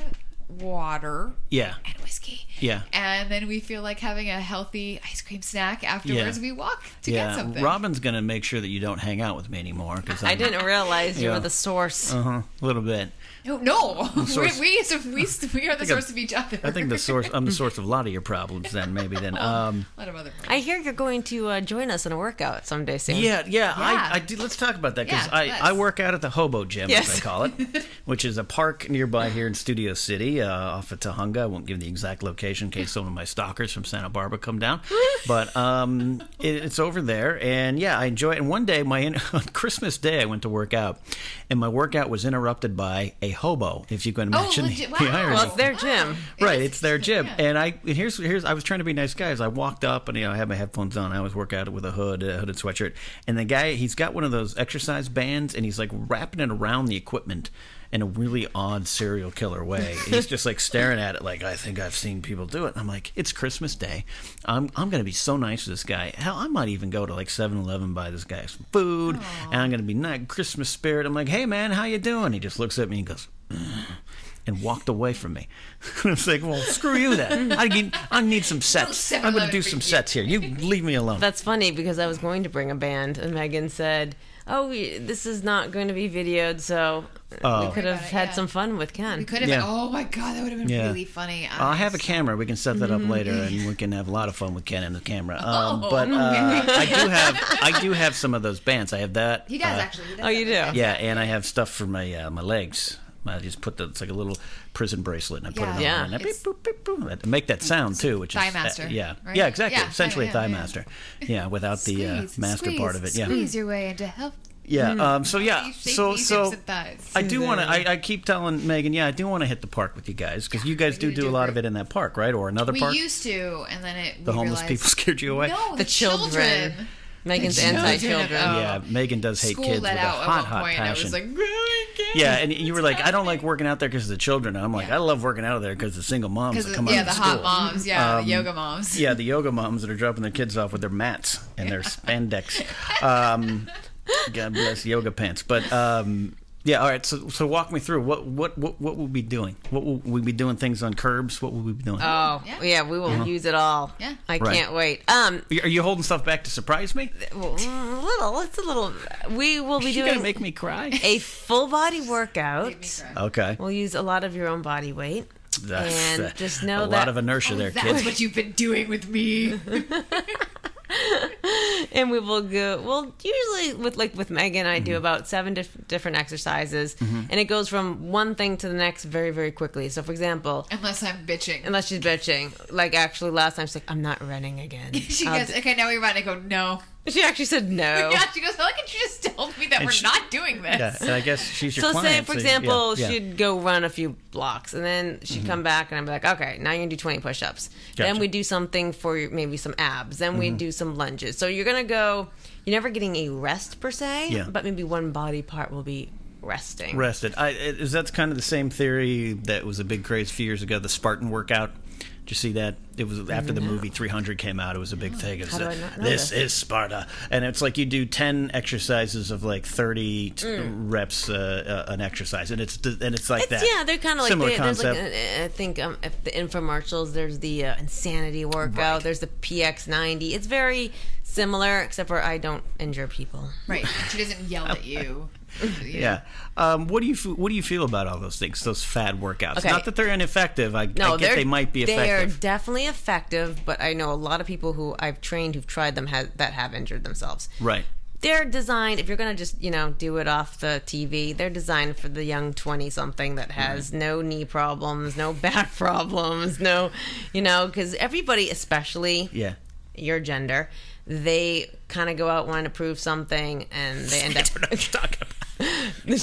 water
Yeah.
and whiskey.
Yeah.
And then we feel like having a healthy ice cream snack afterwards.
Yeah.
We walk to get
Yeah.
something.
Robin's gonna make sure that you don't hang out with me anymore because
I didn't realize you
Yeah.
were the source.
Uh-huh, a little bit.
no, no.
source-
we, we, we, we are the source of each other.
I think the source. I'm the source of a lot of your problems. Then maybe then. Um,
a lot of other
I hear you're going to uh, join us in a workout someday soon.
yeah, yeah.
Yeah.
I, I do, let's talk about that because
Yeah,
I,
let's.
I work out at the Hobo Gym, as
Yes.
I call it, which is a park nearby here in Studio City, uh, off of Tahunga. I won't give the exact location in case some of my stalkers from Santa Barbara come down, but um, it, it's over there, and yeah, I enjoy it. And one day, my on Christmas Day, I went to work out, and my workout was interrupted by a hobo. If you can imagine
Oh, legit-
the, the
wow.
irony.
Well, it's their gym.
right it's their gym and i and here's here's i was trying to be nice guys i walked up and you know i had my headphones on i always work out with a hood a hooded sweatshirt and the guy he's got one of those exercise bands and he's like wrapping it around the equipment in a really odd serial killer way he's just like staring at it like i think i've seen people do it i'm like it's christmas day i'm, I'm gonna be so nice to this guy hell i might even go to like 7-eleven buy this guy some food and i'm gonna be nice christmas spirit i'm like hey man how you doing he just looks at me and goes and walked away from me. I was like, well, screw you then. I need, I need some sets. I'm going to
7-Eleven
do
for
some
you.
sets here. You leave me alone.
That's funny because I was going to bring a band, and Megan said, "Oh, we, this is not going to be videoed, so
Oh.
we could have
About it,
had
yeah.
some fun with Ken."
We could have.
Yeah.
Oh my god, that would have been
Yeah.
really funny. Mm-hmm.
I'll have a camera. We can set that up later, and we can have a lot of fun with Ken and the camera. Um,
Oh,
but uh,
okay.
I do have I do have some of those bands. I have that.
He does
uh,
actually. He does
Oh, you do?
have-
Yeah, and I have stuff for my uh, my legs. I just put the it's like a little prison bracelet, and I put it on,
Yeah.
and I
Yeah.
beep, boop, beep, boop, and make that sound too, which is uh,
Thigh master,
yeah,
right?
yeah, exactly.
Yeah,
Essentially,
yeah,
thigh
yeah.
master. Yeah, without the uh,
Squeeze,
master
squeeze,
part of it. Yeah,
Squeeze your way into health.
Yeah. Um, so yeah.
Shake
So
knees,
so
hips, and thighs.
I do want to. I, I keep telling Megan, yeah, I do want to hit the park with you guys because you guys do
need to
do a
do
lot
a
of it in that park, right? Or another
We
park.
used to, and then it.
the homeless people scared you away.
No, the,
The children.
children.
Megan's
The children
anti-children.
of-
Yeah, Megan does hate
School
kids with
let
a
out at
hot,
one
hot
point.
passion.
I was like, really? Kids?
yeah, and you were like, I don't like working out there because of the children. And I'm like,
Yeah.
I love working out there because the single moms that
Because
come out
yeah,
of
the
school. Um,
hot moms, yeah, the yoga moms.
Yeah, the yoga moms that are dropping their kids off with their mats and their spandex. Um, God bless yoga pants. But um, Yeah. All right. So, so walk me through what what what what will we be doing? What will we be doing? Things on curbs. What will we be doing?
Oh, yeah,
Yeah.
we will use it all.
Yeah.
I
Uh-huh. Right.
can't wait. Um,
Are you holding stuff back to surprise me?
well, mm, little, it's a little. We will be
You gonna
doing
make me cry?
a full body workout.
Okay.
We'll use a lot of your own body weight.
That's
and
uh,
just know
a lot
that- Oh,
of inertia there,
That
kid.
was what you've been doing with me.
and we will go well usually with like with megan i
Mm-hmm.
do about seven dif- different exercises and it goes from one thing to the next very very quickly so for example
Unless I'm bitching.
unless she's bitching like actually last time she's like i'm not running again
She
uh,
I'll
goes, okay, now we run. I go, no.
do-" she actually said no
Yeah, she goes, why can't you just tell me that we're
Oh. she-
not doing this?
yeah, and I guess she's your
so
client.
say
so
for
you-
example
yeah, yeah.
she'd go run a few blocks and then she'd come back and i'd be like okay now you're gonna do 20 push-ups
Gotcha. Mm-hmm.
then we do something for your- maybe some abs then we do some lunges so you're gonna go you're never getting a rest per se
Yeah.
but maybe one body part will be resting
rested. I, it- is that's kind of the same theory that was a big craze a few years ago? The Spartan workout. Did you see that? It was after the movie 300 came out. It was a big thing. It was,
Oh, do
uh,
I not know
this
this?"
is Sparta, and it's like you do 10 exercises of like 30 t- reps uh, uh, an exercise, and it's and it's like
Mm. It's-
that.
Yeah, they're kind of like
similar
they, there's like
concept.
uh, I think um, if the infomercials. There's the uh, insanity workout. There's the PX90. It's very similar, except for I don't injure people.
Right. She doesn't yell at you.
yeah. Um, what do you f- what do you feel about all those things? Those fad workouts.
Okay.
Not that they're ineffective. I,
No,
I get
they're-
they might be
They are
effective.
definitely effective, but I know a lot of people who I've trained who've tried them ha- that have injured themselves.
right.
They're designed if you're gonna just you know do it off the TV. They're designed for the young twenty something that has no knee problems, no back problems, no, you know, because everybody, especially
Yeah.
your gender, they kind of go out wanting to prove something and they end up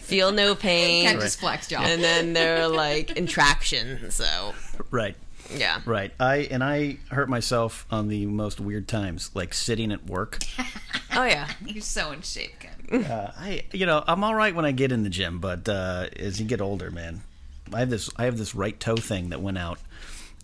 feel no pain.
Kind of just flex job.
And then they're like in traction. So,
Right.
yeah.
Right. I and I hurt myself on the most weird times, like sitting at work.
Oh, yeah.
You're so in shape, Ken.
I you know, I'm all right when I get in the gym, but uh as you get older, man, I have this I have this right toe thing that went out.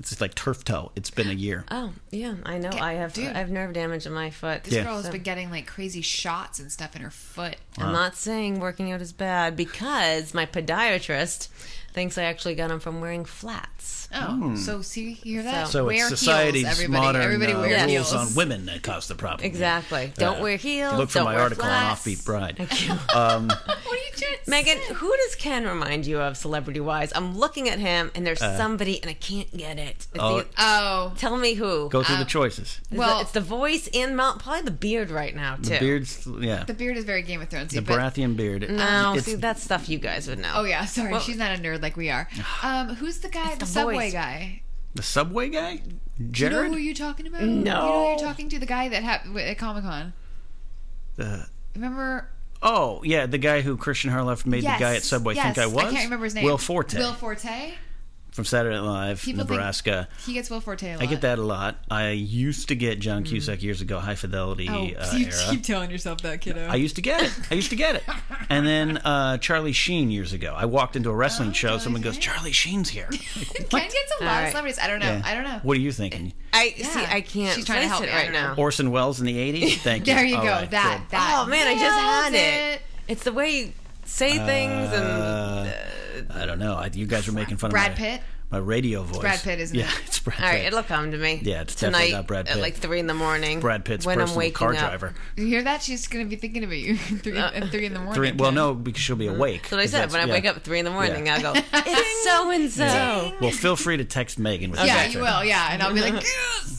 It's just like turf toe. It's been a year.
Oh, yeah. I know. I have
dude.
I have nerve damage in my foot.
This
Yeah.
girl has been getting like crazy shots and stuff in her foot.
I'm not saying working out is bad because my podiatrist thinks I actually got them from wearing flats.
Oh, so see, you hear that?
so
Wear
it's society's
heels, everybody.
modern
everybody
uh,
wear
Yeah.
rules
heels.
on women that cause the problem. Uh,
Exactly. Don't wear heels.
Look for
don't
my
wear
article
flats.
on Offbeat Bride.
What are you doing?
Megan, who does Ken remind you of celebrity wise? I'm looking at him and there's
Uh,
somebody and I can't get it. It's the-
Oh,
tell me who.
Go
Uh,
through the choices.
It's
well-
the, it's the voice and Mount, probably the beard right now too.
The beards, yeah.
the beard is very Game of Thrones.
The Baratheon beard.
Oh,
It's-
see, that's stuff you guys would know.
Oh yeah, sorry, she's not a nerd like we are. Um, who's the guy, the,
the
subway
voice.
guy?
the subway guy?
You know
Jared?
who you're talking about? No, you know who you're talking to the guy that ha- w- at Comic Con.
Uh,
Remember?
Oh yeah, the guy who Christian Harloff made
Yes,
the guy at Subway
yes.
think I was.
I can't remember his name.
Will Forte
Will Forte.
from Saturday Night Live,
People think-
Nebraska.
He gets Will Forte. A lot.
I get that a lot. I used to get John Cusack years ago, High Fidelity
Oh,
uh,
you
era.
keep telling yourself that, kiddo.
I used to get it. I used to get it. And then uh, Charlie Sheen years ago. I walked into a wrestling show.
Oh, Charlie
someone goes,
Sheen.
"Charlie Sheen's here."
Ken gets a lot of
Alright.
celebrities. I don't know. I don't know.
What are you thinking?
I
Yeah.
see. I can't.
She's trying to
place
help
it
me. I
right
don't know.
now.
Orson Welles in the '80s. Thank you.
There you
All
go.
right,
that
good.
that.
oh man, I just had
nailed
it. It's the way you say things
Uh,
and.
I don't know. I, you guys were making fun
Brad
of my,
Pitt?
my radio voice.
Brad Pitt, isn't
yeah,
it?
it's Brad
All right,
Pitt.
it'll come to me.
Yeah, it's
tonight
definitely not Brad
at
Pitt.
like three in the morning.
Brad Pitt's
when I'm
personal
waking
car
up.
driver.
You hear that? She's gonna be thinking about you three
Uh,
at three in the morning.
Three, well, no, because she'll be awake.
That's what I said. When I wake up at three in the morning,
Yeah.
I'll go. It's so and so.
Well, feel free to text Megan. With
Yeah,
that
you
too.
will. Yeah, and I'll be like, yes.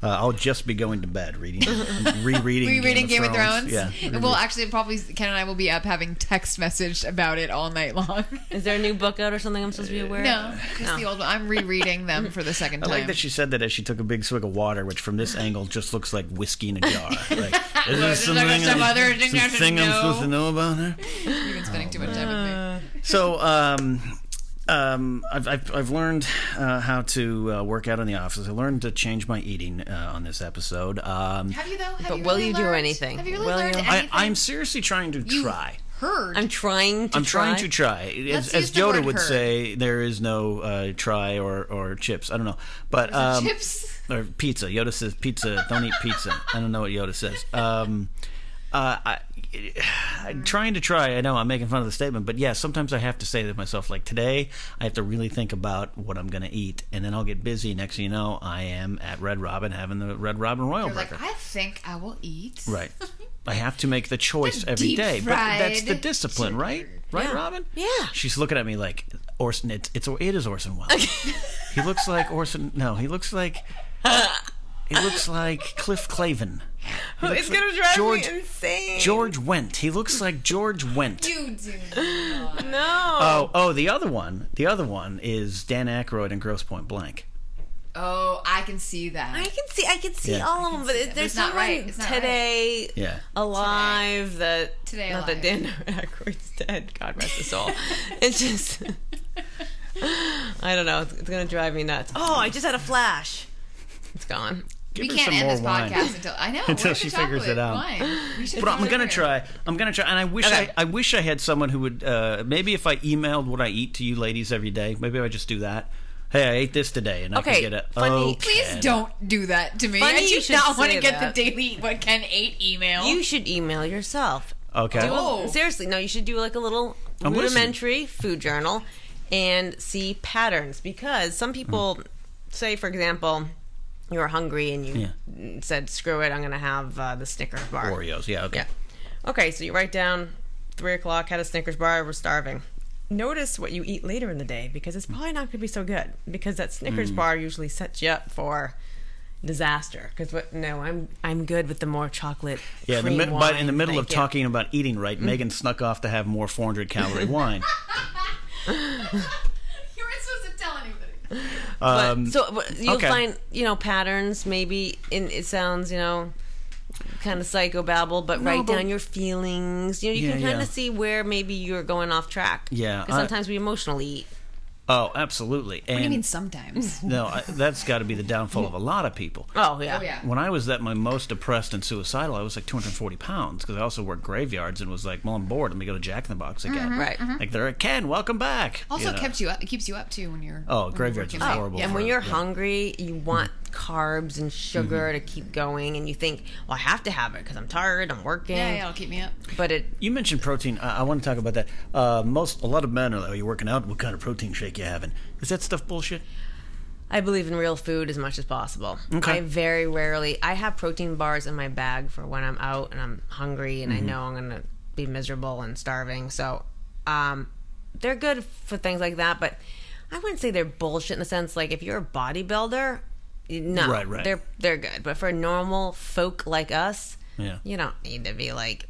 Uh, I'll just be going to bed, reading, rereading,
Are you reading Game of Thrones?
Yeah.
And we'll actually probably Ken and I will be up having text message about it all night long.
Is there a new book out or something I'm supposed to be aware
Uh, no,
of?
just the old one. I'm rereading them for the second
I
time.
like that she said that as she took a big swig of water, which from this angle just looks like whiskey in a jar. Like, is there
There's like some other thing I should
something I'm
know.
supposed to know about her?
You've been spending too much time with me.
So, um, um, I've, I've, I've learned uh, how to uh, work out in the office. I learned to change my eating uh, on this episode. Um,
Have you though? Have
But
you
will
really
you do
learned-
anything?
Have you really
Will
learned
you? I-
I,
anything?
I'm seriously trying to try.
heard.
I'm trying to.
I'm trying
try.
to try. As,
Let's
as
use the
Yoda
word
would
herd.
say, there is no uh, try or, or chips. I don't know, but um,
chips.
or pizza. Yoda says pizza. Don't eat pizza. I don't know what Yoda says. Um, uh, I, I'm trying to try. I know I'm making fun of the statement, but yeah, sometimes I have to say to myself, like today, I have to really think about what I'm going to eat, and then I'll get busy. Next thing you know, I am at Red Robin having the Red Robin Royal
You're like,
Burger.
I think I will eat.
right. I have to make the choice
The
every
deep
day, but that's the
fried
discipline, right? Right, Robin?
Yeah.
She's looking at me like Orson. It's it's it is Orson Welles. he looks like Orson. No, he looks like he looks like Cliff Clavin. He looks
It's
like
gonna drive
George-
me insane.
George Wendt. He looks like George Wendt.
You do.
no.
Oh, oh, the other one. The other one is Dan Aykroyd in Gross Point Blank.
Oh, I can see that.
I can see, I can see
Yeah.
all of them, but it, there's
it's not
someone
right. It's not right.
today
Yeah.
alive that
Today
not that
alive.
Dan Aykroyd's dead. God rest his soul. it's just, I don't know. It's, it's gonna drive me nuts. Oh, I just had a flash. It's gone.
we
Give her
can't
some
end
more
this
wine.
podcast until I know
Until
where's
she
the
figures it
chocolate?
out.
Wine? We should
But I'm
start
gonna
here.
try. I'm gonna try, and I wish
Okay.
I, I wish I had someone who would. Uh, maybe if I emailed what I eat to you ladies every day, maybe I would just do that. Hey, I ate this today, and I
Okay,
can get a.
funny-
okay.
Please don't do that to me.
Funny
I
you
do
should
not want
say
to get
that.
the daily what Ken ate email.
You should email yourself.
Okay.
Do a-
Oh.
seriously, no. You should do like a little
I'm listening.
rudimentary food journal and see patterns because some people say, for example, you were hungry and you said, "Screw it, I'm going to have uh, the Snickers bar."
Oreos. Yeah. Okay.
Yeah. Okay, so you write down three o'clock, had a Snickers bar, we're starving. Notice what you eat later in the day because it's probably not going to be so good because that Snickers
Mm.
bar usually sets you up for disaster. Because what? No, I'm I'm good with the more chocolate.
Yeah, the
cream
mi- but in the
wine,
middle of
thank you. Mm-hmm.
talking about eating right, Megan snuck off to have more 400 calorie wine.
You weren't supposed to tell anybody.
But-
Um,
so but you'll
okay.
find you know patterns. Maybe in it sounds you know kind of psychobabble, but write
but-
down your feelings. You know, you
Yeah,
can kind
yeah.
of see where maybe you're going off track.
Yeah,
'Cause
I-
sometimes we emotionally eat.
oh, absolutely. And
I mean, sometimes.
no, I, that's got to be the downfall of a lot of people.
Oh yeah.
Oh yeah.
When I was at my most depressed and suicidal, I was like 240 pounds because I also worked graveyards and was like, well, I'm bored. Let me go to Jack in the Box again.
Right.
Like, they're like, Ken, welcome back.
Also,
you
it
know.
kept you up. It keeps you up too when you're.
Oh,
when you're
graveyards
working
is
late.
horrible.
And
for-
when you're
yeah. Mm-hmm.
hungry, you want carbs and sugar to keep going, and you think, "Well, I have to have it because I'm tired, I'm working."
Yeah, yeah, it'll keep me up.
But it,
You mentioned protein. I, I want to talk about that. Uh, most, a lot of men are like, "Are you working out? What kind of protein shake you having?" Is that stuff bullshit?
I believe in real food as much as possible.
Okay.
I very rarely. I have protein bars in my bag for when I'm out and I'm hungry and
Mm-hmm.
I know I'm gonna be miserable and starving. So, um, they're good for things like that. But I wouldn't say they're bullshit in the sense like if you're a bodybuilder, you- no,
Right, right.
they're they're good. But for normal folk like us,
Yeah.
you don't need to be like,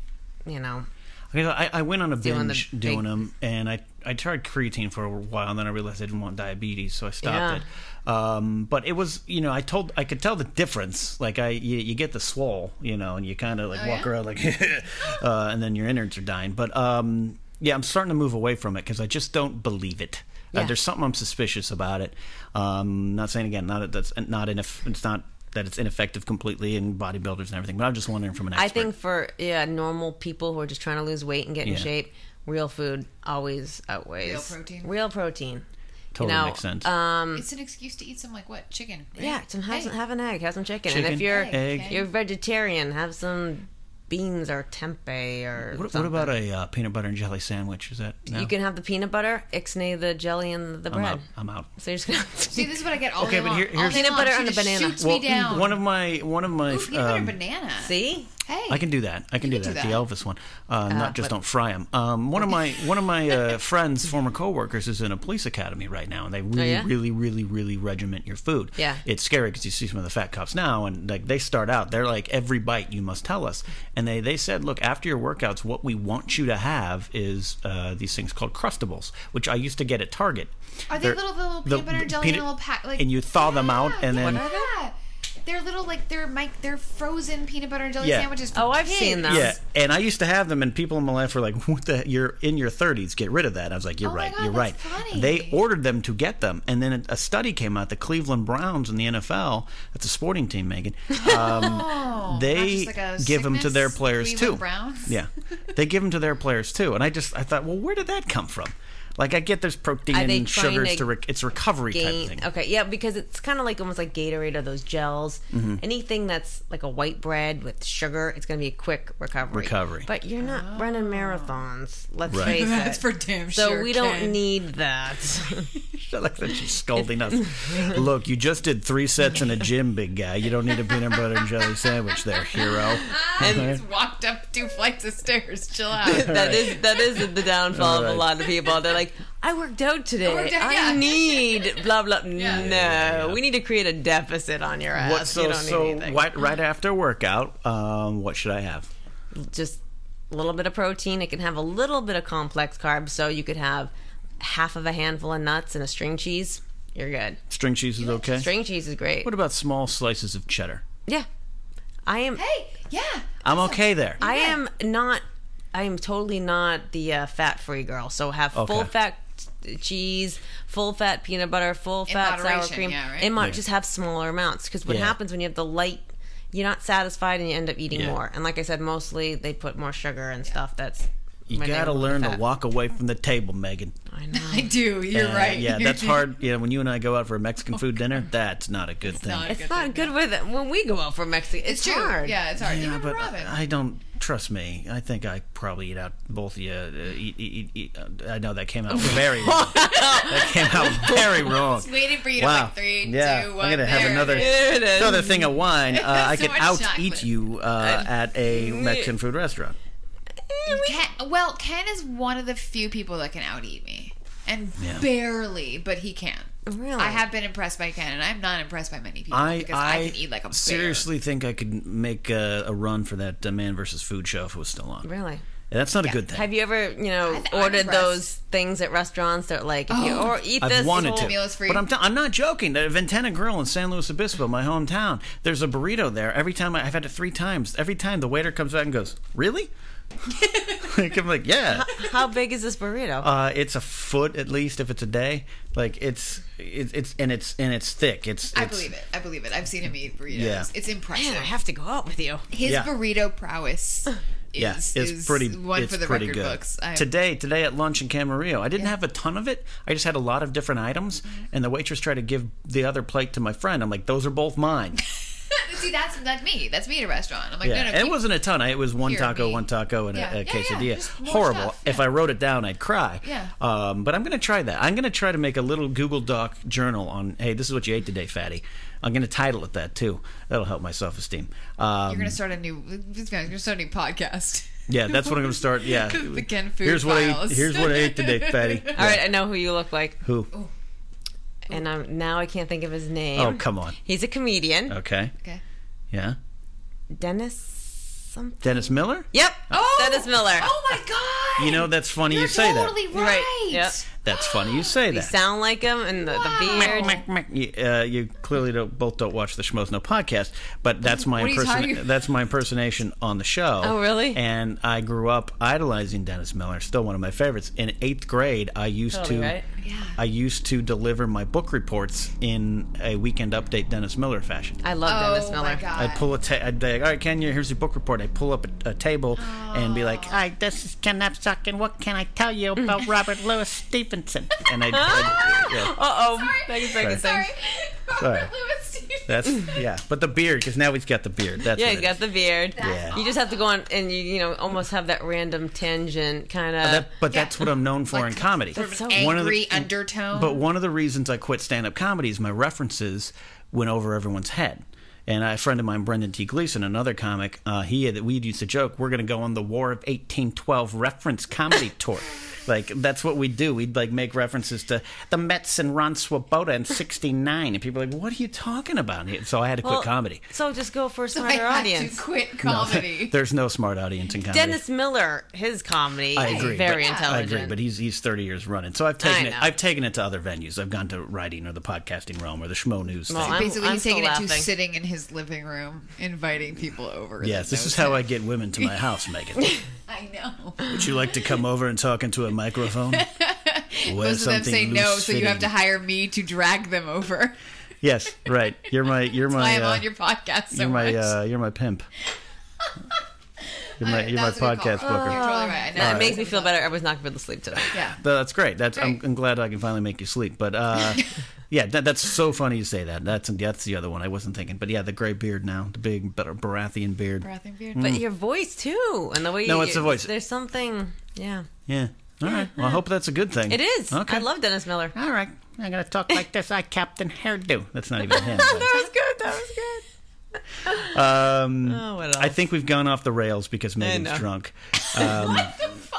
you know.
You know, I, I went on a
Doing the
binge
big-
doing them, and I I tried creatine for a while, and then I realized I didn't want diabetes, so I stopped it. Um, but it was, you know, I told I could tell the difference. Like I, you, you get the swole, you know, and you kind of like
Oh,
walk
yeah?
around like, uh, and then your innards are dying. But um, yeah, I'm starting to move away from it because I just don't believe it. Uh,
Yeah.
there's something I'm suspicious about it. Um, not saying again, not that that's not ineff- It's not that it's ineffective completely in bodybuilders and everything. But I'm just wondering from an expert.
I think for yeah, normal people who are just trying to lose weight and get in
Yeah.
shape, real food always outweighs
Real protein.
Real protein.
totally
know,
makes sense.
Um,
It's an excuse to eat some like what chicken. right?
Mm. Yeah, some, have,
Hey.
have an egg, have some chicken, and
Chicken,
if you're
egg.
you're vegetarian, have some beans or tempeh or
What, what
something.
about a uh, peanut butter and jelly sandwich? Is that no?
You can have the peanut butter, ixnay the jelly, and the
I'm
bread.
out. I'm out.
So you're just gonna have to-
See, this is what I get all
Okay,
day
but
long.
here-
all
here's-
day
Peanut
long,
butter
she
and a
just
banana.
Shoots me down.
one of my one of my.
Ooh, peanut butter
um,
and banana.
see.
Hey,
I can do that. I can, do,
can do
that.
that.
The Elvis one. Uh, not just don't fry them. Um, one of my one of my uh, friends, former coworkers, is in a police academy right now,
Oh,
and they really,
yeah?
really, really, really regiment your food.
Yeah.
it's scary because you see some of the fat cops now, and like they start out, they're like every bite you must tell us, and they they said, look, after your workouts, what we want you to have is uh, these things called crustables, which I used to get at Target.
Are they
They're-
little little peanut butter and jelly in
peanut-
a little pack? Like,
and you thaw them out,
Yeah,
and
yeah,
then
yeah. They're little like they're Mike. They're frozen peanut butter and jelly
Yeah.
sandwiches. For
Oh, I've
kids.
seen them.
Yeah, and I used to have them, and people in my life were like, "What the? You're in your 30s. Get rid of that." I was like, "You're
Oh my
right.
God,
you're right."
that's funny.
They ordered them to get them, and then a study came out. The Cleveland Browns in the NFL, that's a sporting team, Megan. Um,
Oh, Not
they
just like a
give them to their
sickness,
players
Cleveland
too.
Browns?
Yeah, they give them to their players too. And I just I thought, well, where did that come from? Like I get there's protein
Are they
and
trying
sugars
to
to, re- it's recovery type
Gain.
thing.
Okay, yeah, because it's kind of like almost like Gatorade or those gels.
Mm-hmm.
Anything that's like a white bread with sugar, it's going to be a quick recovery.
Recovery.
But you're not running marathons. Let's
Right.
face
Oh. That's
it.
for damn
so
sure,
we
Ken.
don't need that.
I like that she's scolding us. Look, you just did three sets in a gym, big guy. You don't need a peanut butter and jelly sandwich there, hero.
I just walked up two flights of stairs. Chill out.
That is that is the downfall of
Alright.
a lot of people. They're like, I worked out today. I,
worked out, yeah."
need blah blah. No,
yeah, yeah.
we need to create a deficit on your ass.
What
you
so
don't need
so
anything.
what, right after workout, um, what should I have?
Just a little bit of protein. It can have a little bit of complex carbs. So you could have half of a handful of nuts and a string cheese. You're good.
String cheese is okay.
String cheese is great.
What about small slices of cheddar?
yeah, I am.
Hey, yeah.
I'm okay there.
I am not. I am totally not the uh, fat-free girl. So have
Okay.
full fat cheese, full fat peanut butter, full fat sour
moderation,
cream,
yeah, right?
and might just have smaller amounts. Because what
Yeah.
happens when you have the light, you're not satisfied and you end up eating
Yeah.
more. And like I said, mostly they put more sugar and stuff. That's
You
my
gotta
neighborhood
learn to
fat.
walk away from the table, Megan.
I know.
I do. You're
Uh,
right.
Yeah, that's hard. Yeah, when you and I go out for a Mexican food dinner, that's not a good thing.
not
Oh, It's not good with it when we go out for Mexico.
It's
It's,
true.
hard.
Yeah, it's hard.
Yeah,
Even
but
Robin.
I don't trust me. I think I probably eat out both of you. Uh, eat, eat, eat, eat. I know that came out very wrong. that came out very wrong.
waiting for you to like three,
yeah,
two,
I'm
one.
gonna have
There it
another
is.
There it is.
another thing of wine. Uh, I
So
could
much
out
chocolate.
eat you uh, at a Mexican food restaurant.
Ken, well, Ken is one of the few people that can out eat me, and
Yeah.
barely, but he can.
Really?
I have been impressed by Ken, and I'm not impressed by many people
I
because I, can eat like a bear.
seriously think I could make a, a run for that uh, Man versus Food show if it was still on.
Really.
And that's not a good thing.
Have you ever, you know,
I'm
ordered
impressed.
those things at restaurants that like, if you or eat this oh,
I've wanted
whole
to,
meal is free.
but I'm, t- I'm not joking. At Ventana Grill in San Luis Obispo, my hometown, there's a burrito there. Every time I, I've had it three times. Every time the waiter comes back and goes, "Really?" like, I'm like, "Yeah."
How big is this burrito?
Uh, it's a foot at least if it's a day. Like it's it's, it's and it's and it's thick. It's,
I
it's-
believe it. I believe it. I've seen him eat burritos.
Yeah.
It's impressive.
Man, I have to go out with you.
His
Yeah.
burrito prowess is,
Yeah, it's
is
pretty.
one
it's
for the
pretty
record
good.
books. I'm-
Today, today at lunch in Camarillo, I didn't have a ton of it. I just had a lot of different items,
Mm-hmm.
and the waitress tried to give the other plate to my friend. I'm like, "Those are both mine."
See, that's that's me. That's me at a restaurant. I'm like,
Yeah,
no, no.
and it
keep-
wasn't a ton. I- It was one
Here,
taco,
me.
one taco, and
Yeah.
a, a
Yeah, yeah,
quesadilla.
just more
Horrible.
stuff,
If I wrote it down, I'd cry.
Yeah.
Um, but I'm going to try that. I'm going to try to make a little Google Doc journal on, hey, this is what you ate today, fatty. I'm going to title it that too. That'll help my self esteem. Um,
You're gonna start a new. You're gonna start a new podcast.
yeah, that's what I'm going to start. Yeah.
The Ken food
here's what I
files.
ate, here's what I ate today, fatty.
All right, I know who you look like,
Who?
Oh.
and I'm now I can't think of his name.
Oh, come on.
He's a comedian,
Okay.
Okay.
Yeah.
Dennis. Something.
Dennis Miller.
Yep, Dennis Miller.
Oh my god!
You know that's funny. you say that.
totally
You're
right.
right. Yep.
That's funny. You say
You
that.
sound like him, and the, the beard.
Meh, meh, meh. You, uh, you clearly don't, both don't watch the Schmoes No podcast, but that's my
What are you talking
imperson-
about?
that's my impersonation on the show.
Oh, really?
And I grew up idolizing Dennis Miller, still one of my favorites. In eighth grade, I used
Totally
to
right.
Yeah.
I used to deliver my book reports in a Weekend Update Dennis Miller fashion.
I love
Oh
Dennis Miller.
my god!
I'd pull a ta- I'd be like, all right, Kenya, here's your book report. I'd pull up a, a table and be like, all right, this is Ken Napsuck, and what can I tell you about Robert Louis Stevenson? And I'd, I'd yeah.
Uh oh. Second, second,
Sorry.
second.
Sorry.
Louis Stevenson.
That's yeah, but the beard because now he's got the beard. That's
Yeah,
what
he's
it
got
is.
the beard.
Yeah.
You just have to go on, and you you know almost have that random tangent kind of.
Oh, That- but that's what I'm known for in comedy.
so-
One of the-
angry undertone.
But one of the reasons I quit stand-up comedy is my references went over everyone's head. And a friend of mine, Brendan T. Gleason, another comic, uh, he had, we used to joke, we're going to go on the War of 1812 reference comedy tour. Like that's what we do. We'd like make references to the Mets and Ron Swoboda in '69, and people are like, "What are you talking about?" So I had to quit
Well,
comedy.
So just go for a
I
smarter
had
audience.
to quit comedy.
There's no smart audience in comedy.
Dennis Miller, his comedy,
I agree.
is very
but-
intelligent.
I agree, but he's he's thirty years running. So I've taken
I
it.
know.
I've taken it to other venues. I've gone to writing or the podcasting realm or the schmo news.
Well,
thing.
I'm-
Basically, he's
still
taking it to
laughing.
sitting in his living room, inviting people over. that
yes, this
knows
is how
him.
I get women to my house, Megan.
I know.
Would you like to come over and talk into a microphone? Wear
Most of them
something
say no, so you
loose-fitting.
have to hire me to drag them over.
Yes, right. You're my you're
I
my
am
uh,
on your podcast so
you're my
much.
uh, you're my pimp. You're my, you're my
That was a good
podcast
call. Oh,
booker.
You're totally right. I know.
That makes me feel better. I was not going to sleep tonight.
Yeah.
No, that's great. That's I'm,
Great.
I'm glad I can finally make you sleep. But uh, yeah, that, that's so funny you say that. That's that's the other one I wasn't thinking. But yeah, the gray beard now, the big Bar- Baratheon beard.
Breath and
Mm.
beard.
But your voice too, and the way
No,
you,
it's the voice.
There's something. Yeah,
Yeah. All right. Well, I hope that's a good thing.
it is.
Okay.
I love Dennis Miller.
All right. I'm gonna talk like this. I Captain Hairdo. That's not even him. but-
was good. That was good.
Um,
Oh, what
I
else?
think we've gone off the rails because Megan's
know.
drunk. Um,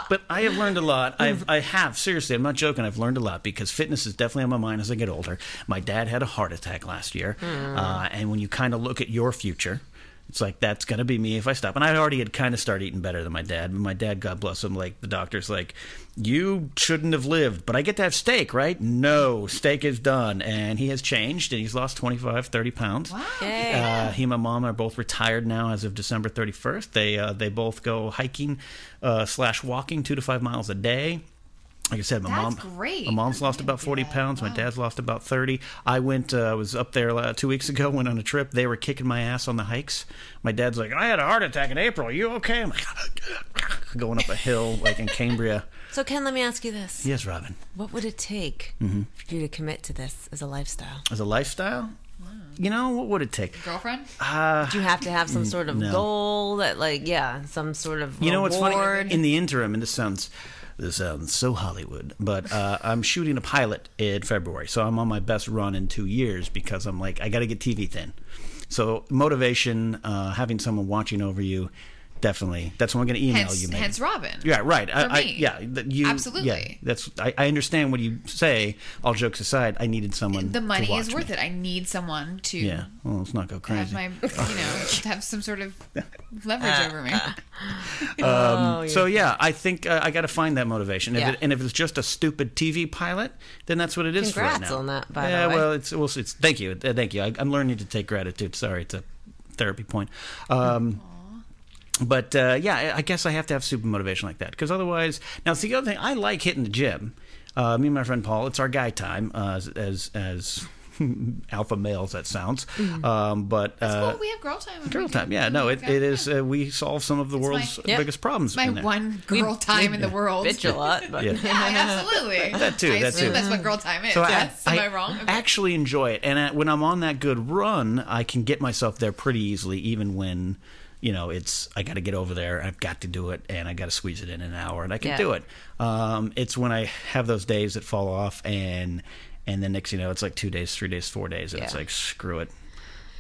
but I have learned a lot. I've, I have, seriously, I'm not joking. I've learned a lot because fitness is definitely on my mind as I get older. My dad had a heart attack last year. Uh, and when you kind of look at your future, it's like that's gonna be me if I stop. And I already had kind of started eating better than my dad. But my dad, God bless him, like the doctor's like, you shouldn't have lived, but I get to have steak, right? No, steak is done. And he has changed and he's lost 25, 30 pounds. Wow. Uh, he and my mom are both retired now as of December 31st. They uh, they both go hiking uh, slash walking two to five miles a day. Like I said, my
That's
mom
great.
My mom's lost about 40 pounds. My dad's lost about 30. I went. Uh, I was up there uh, two weeks ago. Went on a trip. They were kicking my ass on the hikes. My dad's like, I had a heart attack in April. Are you okay? I'm like, going up a hill like in Cambria.
So Ken, let me ask you this:
Yes, Robin.
What would it take
Mm-hmm.
for you to commit to this as a lifestyle?
As a lifestyle, you know what would it take?
Girlfriend?
Do you have to have some sort of
Ah. Mm, no.
goal that, like, yeah, some sort of
You know what's
reward?
funny? In the interim, and this sounds this sounds so Hollywood, but uh, I'm shooting a pilot in February, so I'm on my best run in two years because I'm like I got to get TV thin. So motivation, uh, having someone watching over you, definitely. That's what I'm going to email
Hence,
you. Megan.
hence Robin.
Yeah, right. I,
For
I,
me.
yeah, th- you
Absolutely.
Yeah, that's. I, I understand what you say. All jokes aside, I needed someone.
The
to
money
watch
is worth
me.
it. I need someone to
Yeah. Well, let's not go
have
crazy.
my, you know, have some sort of leverage over me.
Um, So yeah, I think uh, I got to find that motivation. If
Oh, Yeah.
it, and if it's just a stupid TV pilot, then that's what it is. for right
Congrats
now.
on that, by the
yeah,
way.
well, it's, well, it's thank you, Uh, thank you. I, I'm learning to take gratitude. Sorry, it's a therapy point. Um, but uh, yeah, I- I guess I have to have super motivation like that because otherwise, now it's the other thing. I like hitting the gym. Uh, me and my friend Paul, it's our guy time uh, as as, as alpha males. That sounds,
Mm-hmm.
um, but uh,
well, we have girl time. when
girl
we
time.
can-
Yeah, no, it,
Okay.
it is. Uh, we solve some of the world's
Yeah.
biggest problems.
my
in there.
one girl time in the world.
Bitch a lot, but
Yeah.
Yeah, absolutely. that
too,
I
that
assume
too.
that's what girl time is.
So I-
yes.
I,
Am I, wrong? Okay.
actually enjoy it, and I, when I'm on that good run, I can get myself there pretty easily, even when you know it's I got to get over there, I've got to do it, and I got to squeeze it in an hour, and I can
Yeah.
do it. Um, it's when I have those days that fall off, and and then next you know it's like two days, three days, four days, and it's
Yeah.
like screw it.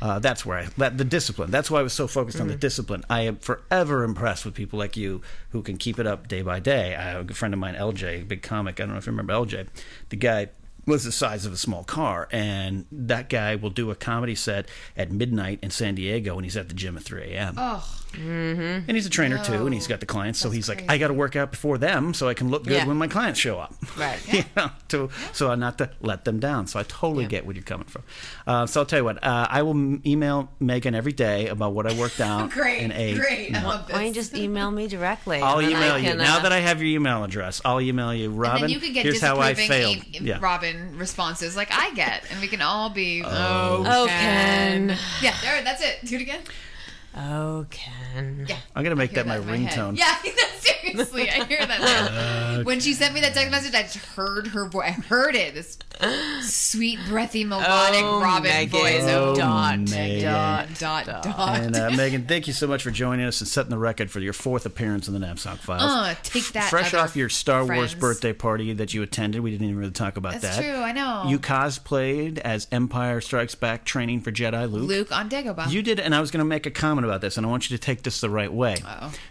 Uh, that's where I that, the discipline. That's why I was so focused on the discipline. I am forever impressed with people like you who can keep it up day by day. I have a friend of mine, LJ, a big comic. I don't know if you remember LJ. The guy was the size of a small car, and that guy will do a comedy set at midnight in San Diego, and he's at the gym at 3 a.m.
Oh,
And he's a trainer too, and he's got the clients, so he's like, I got to work out before them so I can look good
Yeah.
when my clients show up.
Right.
You know, to, so I not to let them down. So I totally get where you're coming from. Uh, so I'll tell you what, uh, I will m- email Megan every day about what I worked out
great.
and ate.
great. I love this.
why don't you just email me directly?
I'll
and then
email
I
you
can,
now
uh,
that I have your email address. I'll email you, Robin.
and then you could get
here's how I
disapproving
failed.
e- Robin responses like I get, and we can all be oh,
Oh,
Ken."
Ken.
Yeah, there. That's it. Do it again.
Oh, Ken.
Yeah.
I'm gonna make that, my
in my head.
ringtone.
Yeah, seriously, I hear that.
Uh,
Now. when she sent me that text message, I just heard her voice. I heard it. This sweet, breathy, melodic
Oh,
Robin
Megan.
voice. Oh,
Dot,
Megan.
dot,
dot dot.
And uh, Megan, thank you so much for joining us and setting the record for your fourth appearance in the Knapsack Files.
Uh, take that,
Fresh
other
off your Star Wars
friends.
birthday party that you attended, we didn't even really talk about
That's
that.
true, I know.
You cosplayed as Empire Strikes Back training for Jedi Luke.
Luke on Dagobah.
You did, and I was going to make a comment about this, and I want you to take this the right way.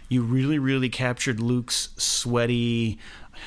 You really, really captured Luke's sweaty,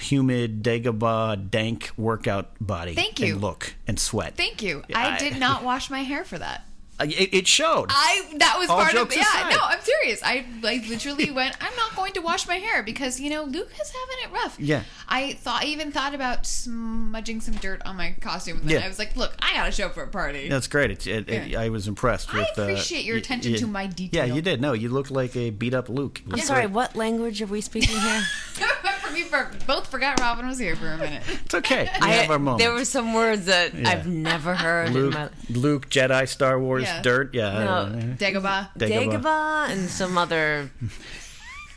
humid, Dagobah, dank workout body.
Thank you.
And look and sweat.
Thank you.
Yeah,
I
I-
did not wash my hair for that.
Uh, It, it showed.
I that was
All
part of
jokes
yeah.
aside.
No, I'm serious. I like literally went. I'm not going to wash my hair because you know Luke is having it rough.
Yeah.
I thought I even thought about smudging some dirt on my costume. And then
Yeah.
I was like, look, I got to show up for a party.
That's great. It, it, it-
Yeah.
I was impressed
I
with. uh,
appreciate your
y-
attention
y-
to my detail.
Yeah, you did. No, you looked like a beat up Luke.
I'm sorry, what language are we speaking here?
for me, for, both forgot Robin was here for a minute.
It's okay. We have our moments.
there were some words that I've never heard in
Luke,
my
Luke, Jedi, Star Wars,
Yeah.
dirt. Yeah. I
No.
don't know.
Dagobah.
Dagobah.
Dagobah and some other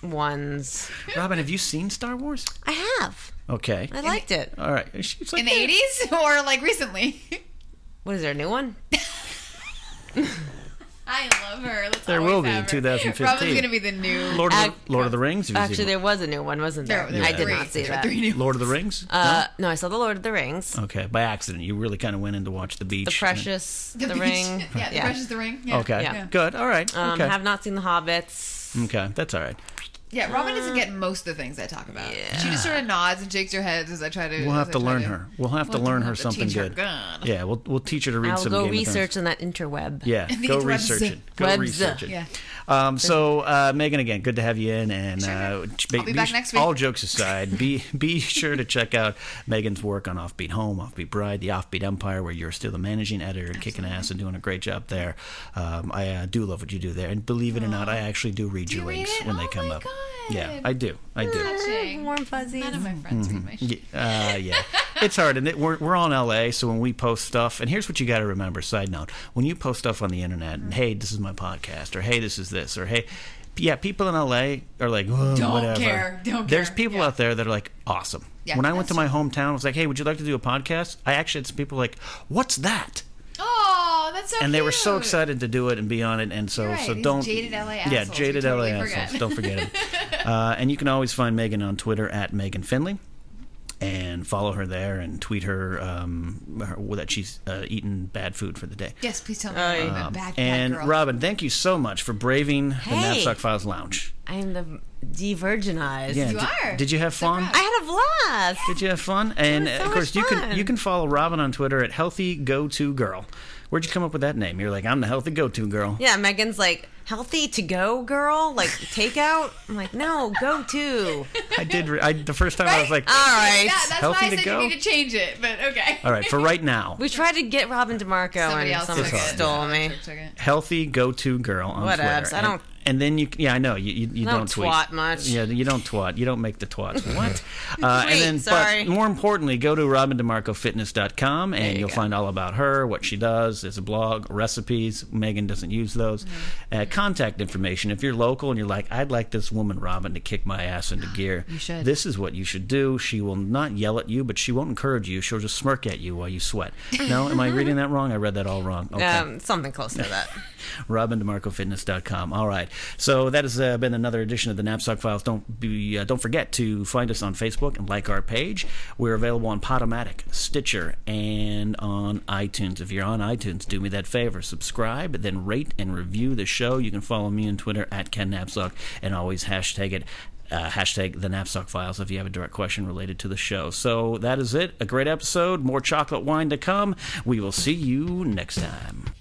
ones.
Robin, have you seen Star Wars?
I have.
Okay.
I liked it.
All right. She's like,
in the eighties or like recently.
What is there, a new one?
I love her. Let's
There
always
will be
have
in
her.
2015.
Robin's gonna be the new.
Lord, of
Ac-
the, Lord of the Rings? Have you
Actually,
seen
there was a new one, wasn't there?
there- there's
I did
three.
not see
There's
that.
three new-
Lord of the Rings?
Uh, no, I saw The Lord of the Rings,
No? Okay. By accident. You really kind of went in to watch The Beach.
The Precious, The,
beach.
Ring.
Yeah, the precious the ring. Yeah.
Okay.
Yeah.
Good. All right.
Um,
okay.
Have not seen The Hobbits.
okay. That's all right.
Yeah, Robin doesn't get most of the things I talk about. She just sort of nods and shakes her head as I try to.
We'll
as
have
I
to
try
learn her. We'll have to learn her
have to
something
teach her
good.
good.
Yeah, we'll we'll teach her to read
I'll
some
go
Game of Thrones.
research on that interweb.
Yeah,
The
go
webs.
research it. Go
Webs.
research it.
Yeah.
Um, so, uh, Megan, again, good to have you in. And uh, be,
I'll be back next week.
All jokes aside, be be sure to check out Megan's work on Offbeat Home, Offbeat Bride, The Offbeat Empire, where you're still the managing editor, kicking ass and doing a great job there. Um, I uh, do love what you do there, and believe it or not, I actually do read your
you read
links
it?
when they
Oh
come
my
up.
God.
Yeah, I do. I do.
Touching.
Warm fuzzies.
None of my friends read my shit.
Mm-hmm. Yeah, uh, yeah. it's hard, and it, we're we're all in LA, so when we post stuff, and here's what you got to remember. Side note: when you post stuff on the internet, and hey, this is my podcast, or hey, this is this, or hey, yeah, people in LA are like, "Whoa,
Don't
whatever.
care, don't
There's
care,
people
yeah.
out there that are like, awesome.
Yeah,
when I went to
that's
my hometown, I was like, hey, would you like to do a podcast? I actually had some people like, what's that?
Oh, that's so.
and they were so
cute.
excited to do it and be on it. And so,
You're right,
so
these
don't
jaded LA
Yeah,
assholes, we
jaded
totally
LA
forget.
assholes. Don't forget them. uh, and you can always find Megan on Twitter at Megan Finley. And follow her there, and tweet her, um, her that she's uh, eaten bad food for the day.
Yes, please tell me.
Oh, yeah.
I'm a bad, bad
and
girl.
Robin, thank you so much for braving the
Hey.
Knapsack Files Lounge.
I am the de-virginized.
Yeah,
You
di-
are.
Did you have
So
fun?
proud.
I had a blast.
Did you have fun? And
was so
uh, of course,
much
you can
fun.
you can follow Robin on Twitter at Healthy Go To Girl. Where'd you come up with that name? You're like, I'm the Healthy Go To Girl.
Yeah, Megan's like healthy to go, girl. Like takeout. I'm like, no, go to.
I did. Re- I, the first time I was like,
Ah,
All right.
Yeah, that's why
Healthy
I
to
said
go?
you need to change it, but okay.
All right, for right now,
We tried to get Robin DeMarco,
Somebody
and
else
someone
took it.
stole me.
Took- took it.
healthy go-to girl on
Whatevs,
Twitter.
I
And-
don't-
And then you, yeah, I know you. You, you
I don't
don't, tweet.
twat much.
Yeah, you don't twat. You don't make the twats. What? Uh,
Tweet,
and then,
sorry.
But more importantly, go to robindemarcofitness.com and
you
you'll
go.
find all about her, what she does. There's a blog, recipes. Megan doesn't use those.
Mm-hmm.
Uh, contact information. If you're local and you're like, I'd like this woman, Robin, to kick my ass into gear. You
should.
This is what you should do. She will not yell at you, but she won't encourage you. She'll just smirk at you while you sweat. No, am I reading that wrong? I read that all wrong. Okay.
Um, something close to that.
RobinDemarcoFitness.com. All right. So that has uh, been another edition of the Knapsack Files. Don't be, uh, don't forget to find us on Facebook and like our page. We're available on Podomatic, Stitcher, and on iTunes. If you're on iTunes, do me that favor: subscribe, then rate and review the show. You can follow me on Twitter at Ken Knapsack, and always hashtag it. Uh, hashtag the knapsack files if you have a direct question related to the show. So that is it. A great episode. More chocolate wine to come. We will see you next time.